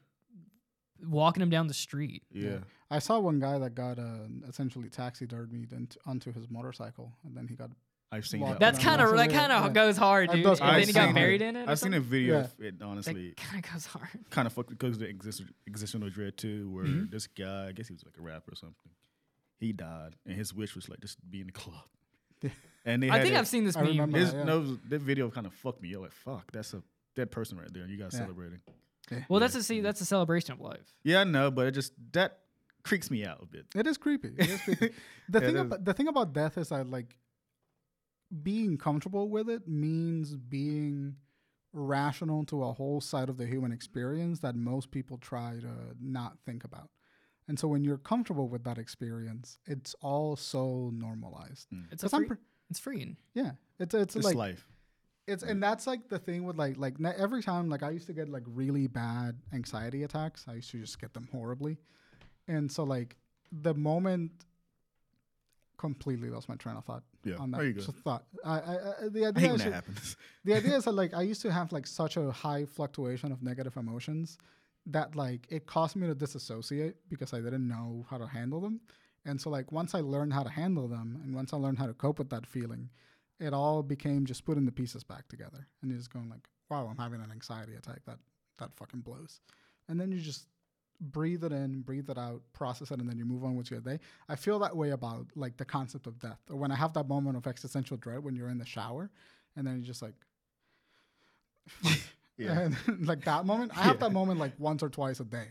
Speaker 2: walking him down the street.
Speaker 1: Yeah.
Speaker 3: Yeah. i saw one guy that got uh, essentially taxi dirtied into, onto his motorcycle and then he got
Speaker 1: I've seen
Speaker 3: Well,
Speaker 1: that.
Speaker 2: That's
Speaker 3: no,
Speaker 2: kind of
Speaker 3: that's
Speaker 2: that
Speaker 3: a
Speaker 2: kind
Speaker 3: little-
Speaker 2: of
Speaker 3: yeah.
Speaker 2: goes hard,
Speaker 3: That
Speaker 2: dude.
Speaker 3: does
Speaker 2: And then
Speaker 1: I've
Speaker 2: he got
Speaker 1: seen
Speaker 2: buried
Speaker 1: it.
Speaker 2: in it. or
Speaker 1: I've seen
Speaker 2: something?
Speaker 1: a video.
Speaker 3: Yeah.
Speaker 1: of It honestly
Speaker 2: That kind of goes hard.
Speaker 1: kind of fucked because the exist, existential dread too, where
Speaker 3: Mhm.
Speaker 1: this guy, I guess he was like a rapper or something, he died, and his wish was like just be in the club.
Speaker 3: Yeah.
Speaker 1: and they
Speaker 2: I
Speaker 1: had
Speaker 2: think
Speaker 1: it-
Speaker 2: I've seen this
Speaker 3: I
Speaker 2: meme.
Speaker 3: remember
Speaker 1: His
Speaker 3: yeah.
Speaker 1: nose, that video kind of fucked me. You're like, fuck, that's a dead person right there. You guys
Speaker 3: Yeah.
Speaker 1: celebrating.
Speaker 2: Well,
Speaker 1: Yeah.
Speaker 2: that's a see, that's a celebration of life.
Speaker 1: Yeah, I know, but it just that creeps me out a bit.
Speaker 3: It is creepy. It is
Speaker 1: *laughs*
Speaker 3: creepy. the
Speaker 1: It
Speaker 3: thing
Speaker 1: is.
Speaker 3: about the thing about death is that like being comfortable with it means being rational to a whole side of the human experience that most people try to not think about. And so when you're comfortable with that experience, it's all so normalized.
Speaker 2: It's a
Speaker 3: 'Cause I'm
Speaker 2: free,
Speaker 3: pre-
Speaker 2: it's freeing.
Speaker 3: yeah, it's it's,
Speaker 1: Mm. It's
Speaker 3: like
Speaker 1: life.
Speaker 3: it's
Speaker 1: Mm.
Speaker 3: and that's like the thing with like like na- every time like I used to get like really bad anxiety attacks. I used to just get them horribly, and so like the moment completely lost my train of thought
Speaker 1: Yeah.
Speaker 3: on that
Speaker 1: There you go.
Speaker 3: just thought. I, I, I the
Speaker 1: I
Speaker 3: idea
Speaker 1: hate when that
Speaker 3: is that- *laughs*
Speaker 1: happens. *laughs*
Speaker 3: the idea is that like I used to have like such a high fluctuation of negative emotions that like it caused me to disassociate because I didn't know how to handle them. And so like once I learned how to handle them and once I learned how to cope with that feeling, it all became just putting the pieces back together and you're just going like, wow, I'm having an anxiety attack that that fucking blows. And then you just breathe it in, breathe it out, process it, and then you move on with your day. I feel that way about like the concept of death. Or when I have that moment of existential dread when you're in the shower and then you're just like
Speaker 1: Yeah.
Speaker 3: and, *laughs* like that moment. I have
Speaker 1: Yeah.
Speaker 3: that moment like once or twice
Speaker 1: *laughs*
Speaker 3: a day.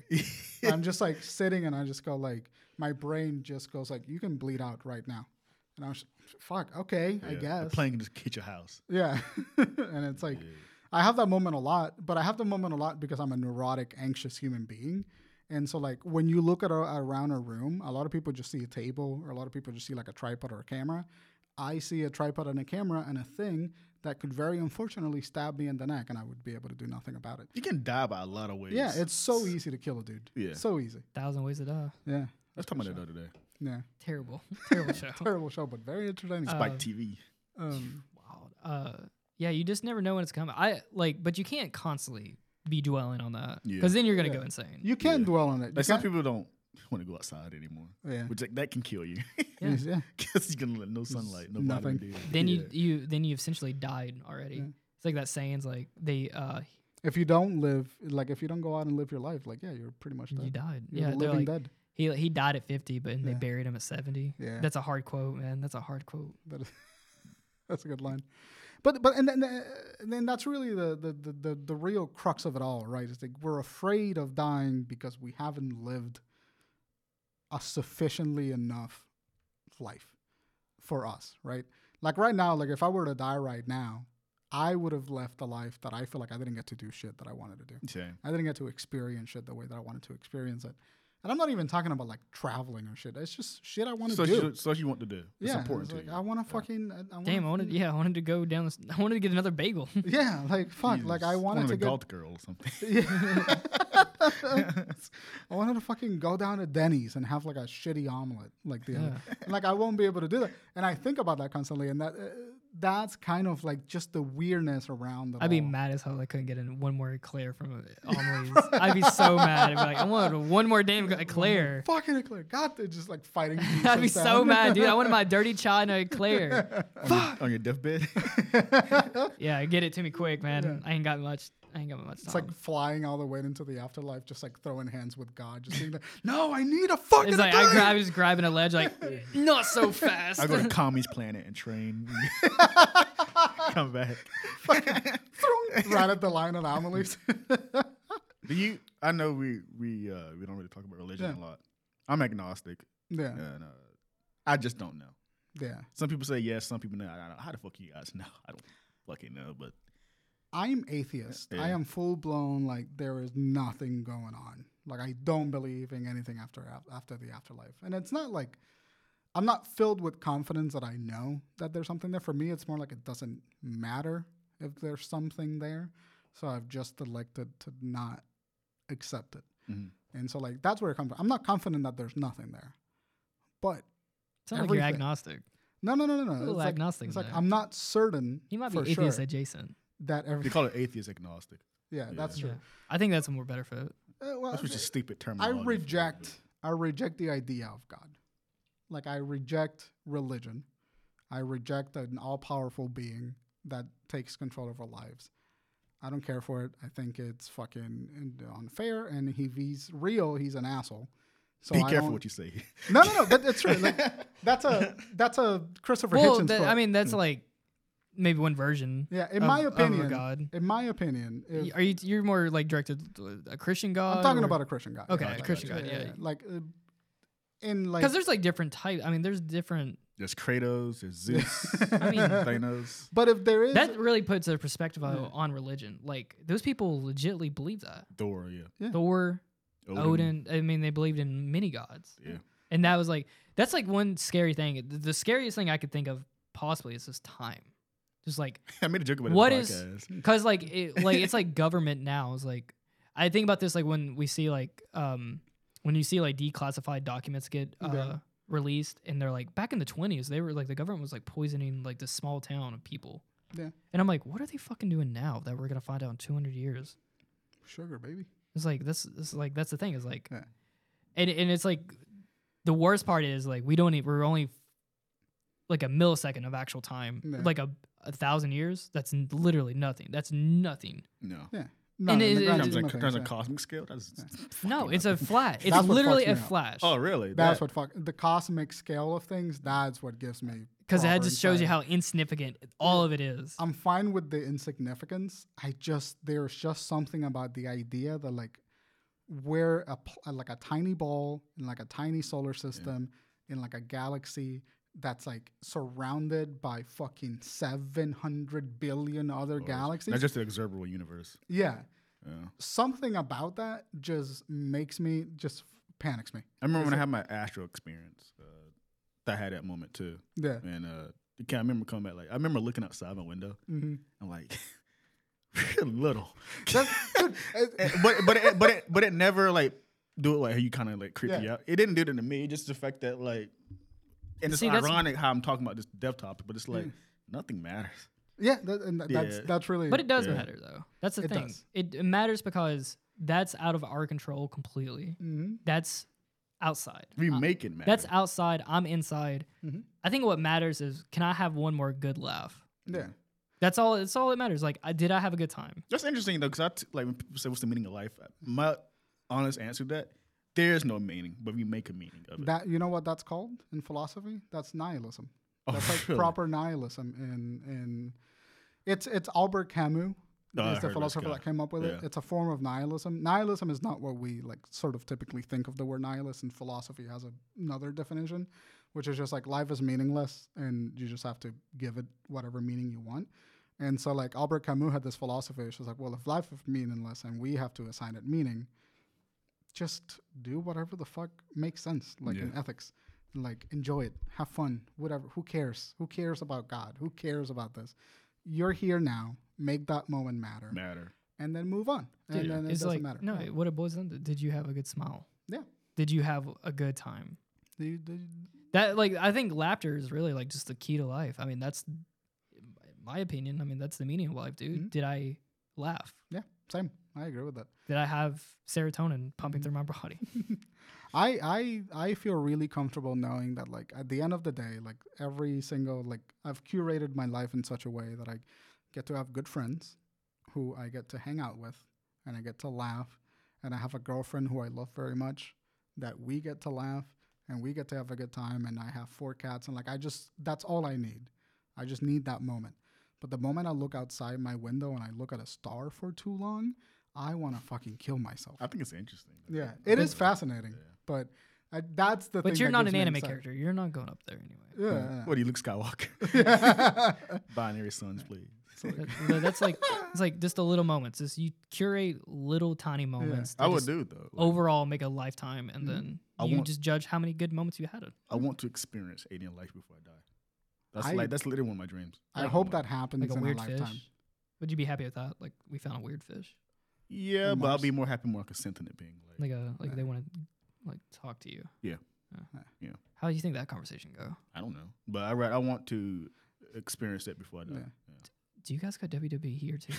Speaker 3: I'm just like sitting and I just go like my brain just goes like you can bleed out right now. And I was fuck, okay, I
Speaker 1: Yeah. The
Speaker 3: guess.
Speaker 1: plane can just hit your house.
Speaker 3: Yeah. *laughs* and it's like
Speaker 1: Yeah.
Speaker 3: I have that moment a lot, but I have the moment a lot because I'm a neurotic, anxious human being. And so, like, when you look at a, around a room, a lot of people just see a table, or a lot of people just see like a tripod or a camera. I see a tripod and a camera and a thing that could very unfortunately stab me in the neck, and I would be able to do nothing about it.
Speaker 1: You can die by a lot of ways.
Speaker 3: Yeah, it's so easy to kill a dude.
Speaker 1: Yeah.
Speaker 3: So easy.
Speaker 2: Thousand ways to die.
Speaker 3: Yeah.
Speaker 1: I was talking
Speaker 3: Uh,
Speaker 1: about that the other day.
Speaker 3: Yeah.
Speaker 2: Terrible, *laughs* terrible show.
Speaker 3: Terrible show, but very entertaining.
Speaker 1: Spike
Speaker 2: Um,
Speaker 1: TV.
Speaker 3: um,
Speaker 2: Wild. Uh, yeah, you just never know when it's coming. I like, but you can't constantly be dwelling on that
Speaker 1: Yeah.
Speaker 2: because then you're gonna
Speaker 3: Yeah.
Speaker 2: go insane.
Speaker 3: you can
Speaker 1: Yeah.
Speaker 3: dwell on it. You
Speaker 1: Like some
Speaker 3: can't-
Speaker 1: people don't want to go outside anymore,
Speaker 3: yeah.
Speaker 1: which like, that can kill you *laughs*
Speaker 2: Yeah.
Speaker 3: Yes, yeah.
Speaker 1: because you can let no sunlight, no
Speaker 3: Nothing.
Speaker 1: vitamin D.
Speaker 2: then
Speaker 1: Yeah.
Speaker 2: you you then you've essentially died already.
Speaker 3: Yeah.
Speaker 2: It's like that saying's like they uh
Speaker 3: If you don't live, like, if you don't go out and live your life, like, yeah, you're pretty much
Speaker 2: you
Speaker 3: dead.
Speaker 2: died.
Speaker 3: You're
Speaker 2: yeah, they're
Speaker 3: living
Speaker 2: like,
Speaker 3: dead.
Speaker 2: he he died at fifty, but they
Speaker 3: Yeah.
Speaker 2: buried him at seventy.
Speaker 3: Yeah.
Speaker 2: That's a hard quote, man. That's a hard quote.
Speaker 3: That is, *laughs* that's a good line. But but and then uh, and then that's really the the, the the the real crux of it all, right? It's like we're afraid of dying because we haven't lived a sufficiently enough life for us, right? Like right now, like if I were to die right now, I would have left a life that I feel like I didn't get to do shit that I wanted to do.
Speaker 1: Same.
Speaker 3: I didn't get to experience shit the way that I wanted to experience it. And I'm not even talking about like traveling or shit. It's just shit I want to
Speaker 1: So
Speaker 3: do.
Speaker 1: you, so you want to do. It's
Speaker 3: yeah,
Speaker 1: important
Speaker 3: it's
Speaker 1: to
Speaker 3: like,
Speaker 1: you.
Speaker 3: I want to fucking. I, I wanna
Speaker 2: Damn, I wanted yeah, I wanted to go down. This, I wanted to get another bagel.
Speaker 3: Yeah, like fuck. Like I
Speaker 1: Jesus.
Speaker 3: wanted
Speaker 1: Wanted
Speaker 3: to
Speaker 1: a
Speaker 3: go.
Speaker 1: golf girl or
Speaker 3: *laughs*
Speaker 1: something.
Speaker 3: Yeah. I wanted to fucking go down to Denny's and have like a shitty omelet. Like the other- *laughs* like I won't be able to do that. And I think about that constantly. And that uh, that's kind of like just the weirdness around. It
Speaker 2: I'd be
Speaker 3: all.
Speaker 2: mad as hell I couldn't get in one more eclair from
Speaker 3: *laughs*
Speaker 2: a- Amelie's. I'd be so mad. I'd be like, I wanted one more damn
Speaker 3: *laughs*
Speaker 2: eclair.
Speaker 3: Fucking clear. God, they're just
Speaker 2: *laughs*
Speaker 3: like fighting.
Speaker 2: I'd be
Speaker 3: themselves
Speaker 2: so
Speaker 3: down.
Speaker 2: mad, dude. I wanted my dirty China eclair.
Speaker 1: on your deathbed.
Speaker 2: Yeah, get it to me quick, man. I ain't got much. I ain't got much time.
Speaker 3: *laughs* It's like flying all the way into the afterlife, just like throwing hands with God, just being like, *laughs* "No, I need a *laughs* fucking."
Speaker 2: It's like I
Speaker 3: attorney."
Speaker 2: grab, just grabbing a ledge,
Speaker 3: *laughs*
Speaker 2: like not so fast. *laughs*
Speaker 1: I go to Kami's planet and train. Come
Speaker 3: *laughs*
Speaker 1: back.
Speaker 2: *laughs*
Speaker 3: right at the line of anomalies.
Speaker 1: Do you? I know we we uh, we don't really talk about religion
Speaker 3: Yeah.
Speaker 1: a lot. I'm agnostic,
Speaker 3: *laughs* yeah,
Speaker 1: and uh, I just don't know.
Speaker 3: yeah.
Speaker 1: Some people say yes, some people no. I don't, how the fuck you guys know? I don't fucking know. But
Speaker 3: I'm atheist. I
Speaker 1: Yeah.
Speaker 3: am full blown like there is nothing going on. Like I don't believe in anything after af- after the afterlife. And it's not like I'm not filled with confidence that I know that there's something there. For me, it's more like it doesn't matter if there's something there. So I've just elected to not accept it.
Speaker 1: Mhm.
Speaker 3: And so like that's where it comes from. I'm not confident that there's nothing there. But
Speaker 2: It's not like you're
Speaker 3: everything.
Speaker 2: agnostic.
Speaker 3: no no no no no.
Speaker 2: Little
Speaker 3: it's like,
Speaker 2: agnostic
Speaker 3: it's like
Speaker 2: there.
Speaker 3: I'm not certain
Speaker 2: You might be
Speaker 3: for
Speaker 2: atheist eh?
Speaker 3: sure
Speaker 2: adjacent.
Speaker 3: that
Speaker 1: they
Speaker 3: everything
Speaker 1: call it atheist agnostic.
Speaker 3: yeah, that's
Speaker 2: Yeah.
Speaker 3: true.
Speaker 2: I think that's a more better fit.
Speaker 3: Uh, well,
Speaker 1: That's just a stupid
Speaker 3: I
Speaker 1: terminology. for it,
Speaker 3: reject I reject the idea of God. Like I reject religion. I reject an all-powerful being that takes control of our lives. I don't care for it. I think it's fucking unfair. And if he's real, he's an asshole. So
Speaker 1: but- Be
Speaker 3: I
Speaker 1: careful
Speaker 3: don't-
Speaker 1: what you say. *laughs*
Speaker 3: No, no, no. But that's true. Like, that's a that's a Christopher
Speaker 2: well,
Speaker 3: Hitchens
Speaker 2: that-
Speaker 3: quote.
Speaker 2: I mean, that's like maybe one version.
Speaker 3: yeah. In
Speaker 1: Oh,
Speaker 2: of-
Speaker 3: my
Speaker 2: of a
Speaker 3: opinion,
Speaker 2: god.
Speaker 3: in my opinion, if,
Speaker 2: Y- Are you? You're more like directed to a Christian God.
Speaker 3: I'm talking
Speaker 2: or-
Speaker 3: about a Christian God.
Speaker 2: uh, okay,
Speaker 1: Gotcha,
Speaker 2: a Christian
Speaker 1: gotcha.
Speaker 2: God. Yeah,
Speaker 3: Like, uh, in like
Speaker 2: because there's like different types. I mean, there's different.
Speaker 1: There's Kratos, there's Zeus,
Speaker 2: I mean-
Speaker 1: Thanos.
Speaker 3: But if there is
Speaker 2: That really puts a perspective on on religion. Like those people legitly believe that
Speaker 1: Thor, yeah.
Speaker 2: Thor, Odin. I mean, they believed in many gods.
Speaker 1: Yeah.
Speaker 2: and that was like that's like one scary thing. The, the scariest thing I could think of possibly is just time. Just like
Speaker 1: *laughs* I made a joke about
Speaker 2: What
Speaker 1: what
Speaker 2: is- Cause like it, like it's like government now is like I think about this like when we see like um when you see like declassified documents get uh,
Speaker 3: Yeah.
Speaker 2: released and they're like back in the twenties they were like the government was like poisoning like this small town of people.
Speaker 3: Yeah.
Speaker 2: And I'm like, what are they fucking doing now that we're gonna find out in 200 years?
Speaker 3: sugar, baby.
Speaker 2: It's like this this like that's the thing is like,
Speaker 3: Yeah.
Speaker 2: and and it's like the worst part is like we don't even we're only like a millisecond of actual time
Speaker 3: Yeah.
Speaker 2: like a a thousand years that's n- literally nothing that's nothing
Speaker 1: No.
Speaker 3: Yeah.
Speaker 2: And it-
Speaker 3: in the
Speaker 2: it- it-
Speaker 3: grand
Speaker 1: Terms of
Speaker 3: scheme of
Speaker 1: terms of
Speaker 3: things, yeah.
Speaker 1: cosmic scale, that's
Speaker 2: No, it's a flash. It's
Speaker 3: That's what
Speaker 2: literally
Speaker 3: fucks
Speaker 2: a
Speaker 3: me up.
Speaker 2: flash.
Speaker 1: Oh, really?
Speaker 3: That's
Speaker 1: That-
Speaker 3: what fuck the cosmic scale of things. That's what gives me
Speaker 2: Because that
Speaker 3: proper
Speaker 2: just shows you
Speaker 3: anxiety.
Speaker 2: how insignificant all of it is.
Speaker 3: I'm fine with the insignificance. I just there's just something about the idea that like we're a pl- like a tiny ball in like a tiny solar system in like a galaxy that's like surrounded by fucking 700 billion other galaxies.
Speaker 1: Not just an observable universe.
Speaker 3: yeah.
Speaker 1: Yeah.
Speaker 3: Something about that just makes me, just panics me.
Speaker 1: I remember when I had my astral experience. Uh, I had that moment too,
Speaker 3: Yeah.
Speaker 1: and uh, I can't remember coming back. Like I remember looking outside my window.
Speaker 3: hmm
Speaker 1: I'm like, *laughs* we're little,
Speaker 3: *laughs* That's- dude,
Speaker 1: *laughs* And-
Speaker 3: it-
Speaker 1: but but it, but it, but it never like do it like how you kind of like creep you
Speaker 3: Yeah.
Speaker 1: out. It didn't do that to me. It just the fact that like, and it's
Speaker 2: See, that's-
Speaker 1: ironic how I'm talking about this death topic, but it's
Speaker 3: Mm.
Speaker 1: like nothing matters.
Speaker 3: yeah, that, and that- that's
Speaker 1: Yeah.
Speaker 3: that's really.
Speaker 2: But it does
Speaker 1: Yeah.
Speaker 2: matter though. That's the
Speaker 3: It
Speaker 2: thing.
Speaker 3: does.
Speaker 2: It, it matters because that's out of our control completely.
Speaker 3: Mhm.
Speaker 2: That's outside.
Speaker 1: We
Speaker 2: Uh,
Speaker 1: make it matter.
Speaker 2: that's outside. I'm inside.
Speaker 3: Mhm.
Speaker 2: I think what matters is can I have one more good laugh?
Speaker 3: Yeah.
Speaker 2: That's all. That's all that matters. Like, I, did I have a good time?
Speaker 1: That's interesting though, because I t- like when people say what's the meaning of life. uh, My honest answer to that there's no meaning, but we make a meaning of it.
Speaker 3: That you know what that's called in philosophy? That's nihilism.
Speaker 1: Oh,
Speaker 3: That's
Speaker 1: *laughs*
Speaker 3: like
Speaker 1: really?
Speaker 3: proper nihilism in in it's it's Albert Camus
Speaker 1: Oh, I
Speaker 3: is
Speaker 1: heard
Speaker 3: the
Speaker 1: this
Speaker 3: philosopher
Speaker 1: guy.
Speaker 3: that came up with it.
Speaker 1: Yeah.
Speaker 3: It's a form of nihilism. Nihilism is not what we like sort of typically think of the word nihilist and philosophy has a, another definition, which is just like life is meaningless and you just have to give it whatever meaning you want. And so like Albert Camus had this philosophy, which was like, well, if life is meaningless and we have to assign it meaning, just do whatever the fuck makes sense, like in ethics. Like enjoy it, have fun, whatever. Who cares? Who cares about God? Who cares about this? You're here now. Make that moment matter,
Speaker 1: matter.
Speaker 3: and then move on. And
Speaker 2: Dude,
Speaker 3: then it
Speaker 2: it's
Speaker 3: doesn't
Speaker 2: like
Speaker 3: matter.
Speaker 2: no.
Speaker 3: Yeah.
Speaker 2: What it boils down to: Did you have a good smile?
Speaker 3: Yeah.
Speaker 2: Did you have a good time?
Speaker 3: Do you- do you-
Speaker 2: That like I think laughter is really like just the key to life. I mean, that's my opinion. I mean, that's the meaning of life, dude.
Speaker 3: Mhm.
Speaker 2: Did I laugh?
Speaker 3: yeah, same. I agree with that.
Speaker 2: Did I have serotonin
Speaker 3: Mm-hmm.
Speaker 2: pumping through my
Speaker 3: *laughs*
Speaker 2: body?
Speaker 3: I I I feel really comfortable knowing that like at the end of the day, like every single like I've curated my life in such a way that I get to have good friends who I get to hang out with and I get to laugh and I have a girlfriend who I love very much that we get to laugh and we get to have a good time and I have four cats and like I just that's all I need. I just need that moment. But the moment I look outside my window and I look at a star for too long, I want to fucking kill myself.
Speaker 1: I think it's interesting. though.
Speaker 3: Yeah, it is fascinating,
Speaker 1: Yeah.
Speaker 3: but I, that's the thing.
Speaker 2: But you're
Speaker 3: that
Speaker 2: not
Speaker 3: gives
Speaker 2: an
Speaker 3: me
Speaker 2: anime
Speaker 3: insight.
Speaker 2: character. You're not going up there anyway.
Speaker 1: *laughs*
Speaker 3: Yeah.
Speaker 1: What are you, Luke Skywalker? Binary sons, please. *laughs*
Speaker 2: That- that- that's like it's like just the little moments. Just you curate little tiny moments.
Speaker 1: I
Speaker 2: that
Speaker 1: would
Speaker 2: just
Speaker 1: do though. Like,
Speaker 2: Overall, make a lifetime, and then
Speaker 1: I
Speaker 2: you
Speaker 1: want-
Speaker 2: just judge how many good moments you had.
Speaker 1: I want to experience alien life before I die. That's
Speaker 3: I-
Speaker 1: like that's literally one of my dreams.
Speaker 3: *laughs* I
Speaker 1: Like,
Speaker 3: hope
Speaker 1: one.
Speaker 3: that happens
Speaker 2: Like a
Speaker 3: in
Speaker 2: weird
Speaker 3: our lifetime.
Speaker 2: fish. Would you be happy with that? Like we found a weird fish.
Speaker 1: Yeah,
Speaker 3: on
Speaker 1: but I'll
Speaker 3: Mars.
Speaker 1: be more happy more like a sentient being. Like,
Speaker 2: Like a like they want to like talk to you.
Speaker 1: Yeah.
Speaker 2: yeah.
Speaker 1: Yeah.
Speaker 2: How do you think that conversation go?
Speaker 1: I don't know, but I ra- I want to experience that before I die.
Speaker 3: Yeah.
Speaker 1: Yeah.
Speaker 2: Do you guys got WWE
Speaker 1: *laughs*
Speaker 2: here too?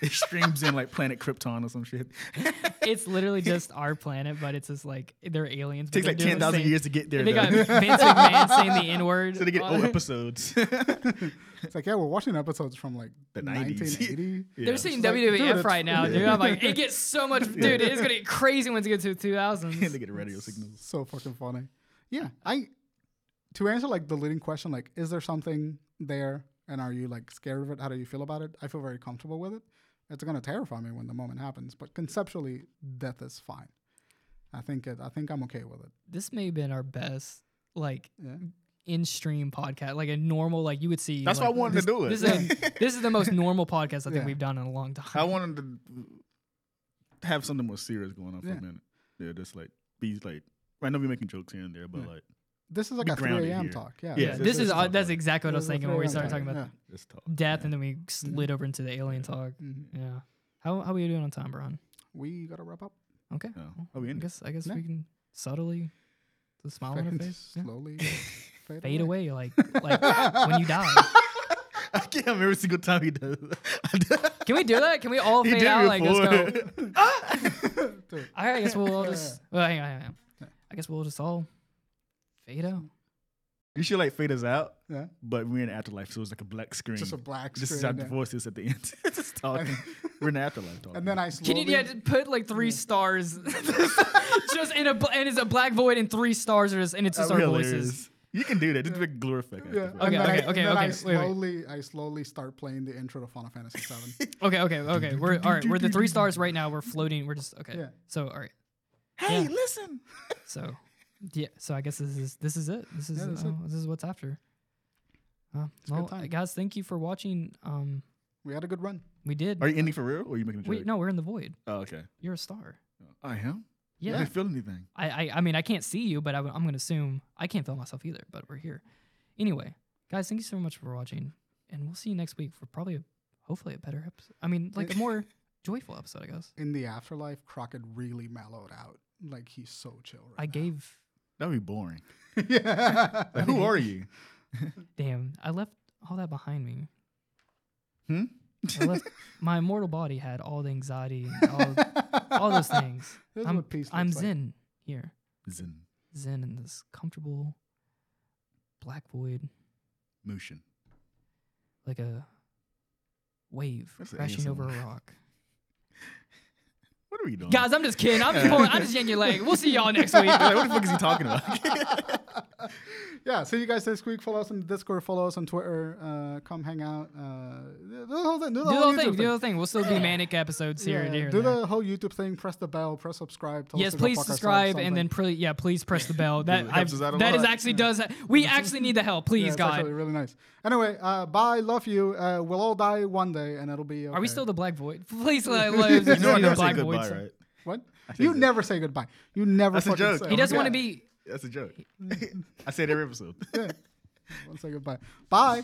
Speaker 1: it streams in like Planet Krypton or some shit.
Speaker 2: it's literally just our planet, but it's just like they're aliens. but
Speaker 1: takes
Speaker 2: they're
Speaker 1: like
Speaker 2: doing the
Speaker 1: ten thousand
Speaker 2: same-
Speaker 1: years to get there.
Speaker 2: They got
Speaker 1: though.
Speaker 2: Vince McMahon saying the N
Speaker 1: *laughs*
Speaker 2: word.
Speaker 1: so they get
Speaker 2: *laughs*
Speaker 1: old episodes. the
Speaker 3: It's like, yeah, we're watching episodes from like
Speaker 1: The 90s. *laughs*
Speaker 3: 1980.
Speaker 2: They're seeing
Speaker 3: It's like, dude,
Speaker 2: WWF
Speaker 3: it's-
Speaker 2: right now, dude. I'm like, it gets so much, dude. It is gonna get crazy once it gets to the
Speaker 1: *laughs*
Speaker 2: 2000s.
Speaker 1: they get radio signals.
Speaker 3: so fucking funny. Yeah, I to answer like the leading question, like, is there something there, and are you like scared of it? How do you feel about it? I feel very comfortable with it. It's gonna terrify me when the moment happens, but conceptually, death is fine. I think it, I think I'm okay with it.
Speaker 2: This may have been our best, like,
Speaker 3: Yeah.
Speaker 2: in stream podcast, like a normal, like you would see.
Speaker 1: That's
Speaker 2: like,
Speaker 1: why I wanted
Speaker 2: this,
Speaker 1: to do it.
Speaker 2: This is, a,
Speaker 1: *laughs*
Speaker 2: this is the most normal podcast I think
Speaker 3: Yeah.
Speaker 2: we've done in a long
Speaker 1: I
Speaker 2: time.
Speaker 1: wanted to have something more serious going on for
Speaker 3: Yeah.
Speaker 1: a minute. Yeah, just like be like. I know we're making jokes here and there, but
Speaker 3: Yeah.
Speaker 1: like
Speaker 3: This is like
Speaker 1: Be
Speaker 3: a 3
Speaker 1: grounded
Speaker 3: a.m.
Speaker 1: here.
Speaker 3: talk. Yeah,
Speaker 1: Yeah,
Speaker 2: yeah,
Speaker 1: this-
Speaker 2: this,
Speaker 1: this
Speaker 2: is
Speaker 1: is
Speaker 2: uh,
Speaker 1: talking
Speaker 2: that's
Speaker 1: about-
Speaker 2: exactly what I was
Speaker 3: This is
Speaker 2: thinking when we
Speaker 3: 3
Speaker 2: started
Speaker 3: a.m.
Speaker 2: talking about
Speaker 3: talk.
Speaker 1: this talk.
Speaker 2: death,
Speaker 1: yeah.
Speaker 2: and then we slid over into the alien talk.
Speaker 3: Yeah. Mhm.
Speaker 2: Yeah. How how are you doing on time, Brian?
Speaker 3: We gotta wrap up.
Speaker 2: Okay.
Speaker 1: Oh, oh,
Speaker 2: I
Speaker 1: we ended.
Speaker 2: guess I guess
Speaker 3: Yeah.
Speaker 2: we can subtly the smile on her
Speaker 3: Fucking
Speaker 2: face. yeah.
Speaker 3: Slowly
Speaker 2: *laughs*
Speaker 3: fade,
Speaker 2: Fade away like
Speaker 1: *laughs*
Speaker 2: like when you die.
Speaker 1: I can't remember every single time he does.
Speaker 2: Can we do that? Can we all
Speaker 1: he
Speaker 2: fade
Speaker 1: did
Speaker 2: out
Speaker 1: it
Speaker 2: like let's go?
Speaker 1: before.
Speaker 3: Dude,
Speaker 2: All right, I guess we'll
Speaker 3: *laughs*
Speaker 2: all just. Well, hang on, hang on. I guess we'll just all fade out.
Speaker 1: *laughs* You should like fade us out,
Speaker 3: yeah.
Speaker 1: but we're in the afterlife, so it's like a black screen.
Speaker 3: Just a black
Speaker 1: This is
Speaker 3: screen,
Speaker 1: our
Speaker 3: yeah.
Speaker 1: voices at the end. *laughs* just talking. we're in the afterlife talking.
Speaker 3: And then I
Speaker 2: Can
Speaker 3: slowly.
Speaker 2: you yeah, just put like three *laughs* stars, just in a bl- and it's a black void and three stars are just and it's
Speaker 1: That'd
Speaker 2: just our
Speaker 1: be
Speaker 2: voices.
Speaker 1: hilarious. You can do that. Just make glorify.
Speaker 3: Yeah.
Speaker 1: Yeah.
Speaker 3: and
Speaker 2: Okay,
Speaker 3: then I,
Speaker 2: okay,
Speaker 3: and
Speaker 2: okay,
Speaker 3: then
Speaker 2: okay. Wait,
Speaker 3: I
Speaker 2: wait.
Speaker 3: slowly, I slowly start playing the intro to Final
Speaker 2: *laughs*
Speaker 3: Fantasy VII.
Speaker 2: Okay, okay, okay. We're all right. We're the three stars right now. We're floating. We're just okay.
Speaker 3: Yeah.
Speaker 2: So all right.
Speaker 1: Hey,
Speaker 2: Yeah.
Speaker 1: listen.
Speaker 2: So Yeah. So I guess this is this is it. This is
Speaker 3: Yeah, that's
Speaker 2: uh,
Speaker 3: it.
Speaker 2: this is what's after. Uh,
Speaker 3: a good
Speaker 2: well,
Speaker 3: time.
Speaker 2: guys, thank you for watching. Um,
Speaker 3: We had a good run.
Speaker 2: we did.
Speaker 1: Are you ending for real or are you making a joke?
Speaker 2: Wait, no, we're in the void.
Speaker 1: Oh, okay.
Speaker 2: You're a star.
Speaker 1: I am?
Speaker 2: Yeah.
Speaker 1: I didn't feel anything.
Speaker 2: I, I I mean I can't see you, but I, am gonna assume I can't feel myself either. But we're here. Anyway, guys, thank you so much for watching, and we'll see you next week for probably, a, hopefully, a better episode. I mean, like a
Speaker 3: *laughs*
Speaker 2: more joyful episode, I guess.
Speaker 3: In the afterlife, Crockett really mellowed out. Like he's so chill. Right
Speaker 2: I gave.
Speaker 1: That would be boring.
Speaker 3: now. *laughs* yeah.
Speaker 1: Like, who are you?
Speaker 2: Damn, I left all that behind me.
Speaker 1: Hmm?
Speaker 2: I
Speaker 3: *laughs*
Speaker 2: left, my immortal body had all the anxiety, and all, all those things.
Speaker 3: *laughs* This is
Speaker 2: I'm,
Speaker 3: what peace
Speaker 2: I'm
Speaker 3: looks like.
Speaker 2: zen here,
Speaker 1: Zen.
Speaker 2: zen in this comfortable black void,
Speaker 1: Motion.
Speaker 2: like a wave
Speaker 1: That's an
Speaker 2: crashing over a
Speaker 1: ASMR.
Speaker 2: rock.
Speaker 1: What are we doing?
Speaker 2: Guys, I'm just kidding. I'm just pulling, I'm just yanking your leg. We'll see y'all next week.
Speaker 1: Like, what the fuck is he talking about?
Speaker 3: yeah, see you guys next week. Follow us on Discord. Follow us on Twitter. Uh, come hang out. Uh, do the whole thing. Do the
Speaker 2: Do the
Speaker 3: whole
Speaker 2: whole
Speaker 3: YouTube
Speaker 2: thing.
Speaker 3: thing.
Speaker 2: Do the whole thing. We'll still be manic episodes here and
Speaker 3: Yeah,
Speaker 2: here. and
Speaker 3: do
Speaker 2: there.
Speaker 3: the whole YouTube thing. Press the bell. Press subscribe. Tell us
Speaker 2: Yes,
Speaker 3: to go
Speaker 2: please
Speaker 3: fuck ourselves,
Speaker 2: subscribe and
Speaker 3: something.
Speaker 2: then pre- yeah, please press the bell. That
Speaker 1: It
Speaker 2: I
Speaker 1: helps us out a
Speaker 2: that is
Speaker 1: lot.
Speaker 2: actually does we actually need the help. Please,
Speaker 3: Yeah, it's
Speaker 2: God.
Speaker 3: actually really nice. Anyway, uh, bye. Love you. Uh, we'll all die one day, and it'll be. Okay.
Speaker 2: Are we still the Black Void? *laughs* Please let, let us just
Speaker 1: You know I
Speaker 2: be the
Speaker 1: never say
Speaker 2: Black Void.
Speaker 1: goodbye,
Speaker 2: song.
Speaker 1: right?
Speaker 3: What?
Speaker 1: said
Speaker 3: You
Speaker 1: that.
Speaker 3: never say goodbye. You never.
Speaker 1: That's a
Speaker 3: fucking
Speaker 1: joke.
Speaker 3: Say
Speaker 1: He
Speaker 2: He doesn't
Speaker 1: Yeah.
Speaker 2: want to be.
Speaker 1: *laughs* That's a joke. I say it every episode.
Speaker 3: Don't say goodbye. Bye.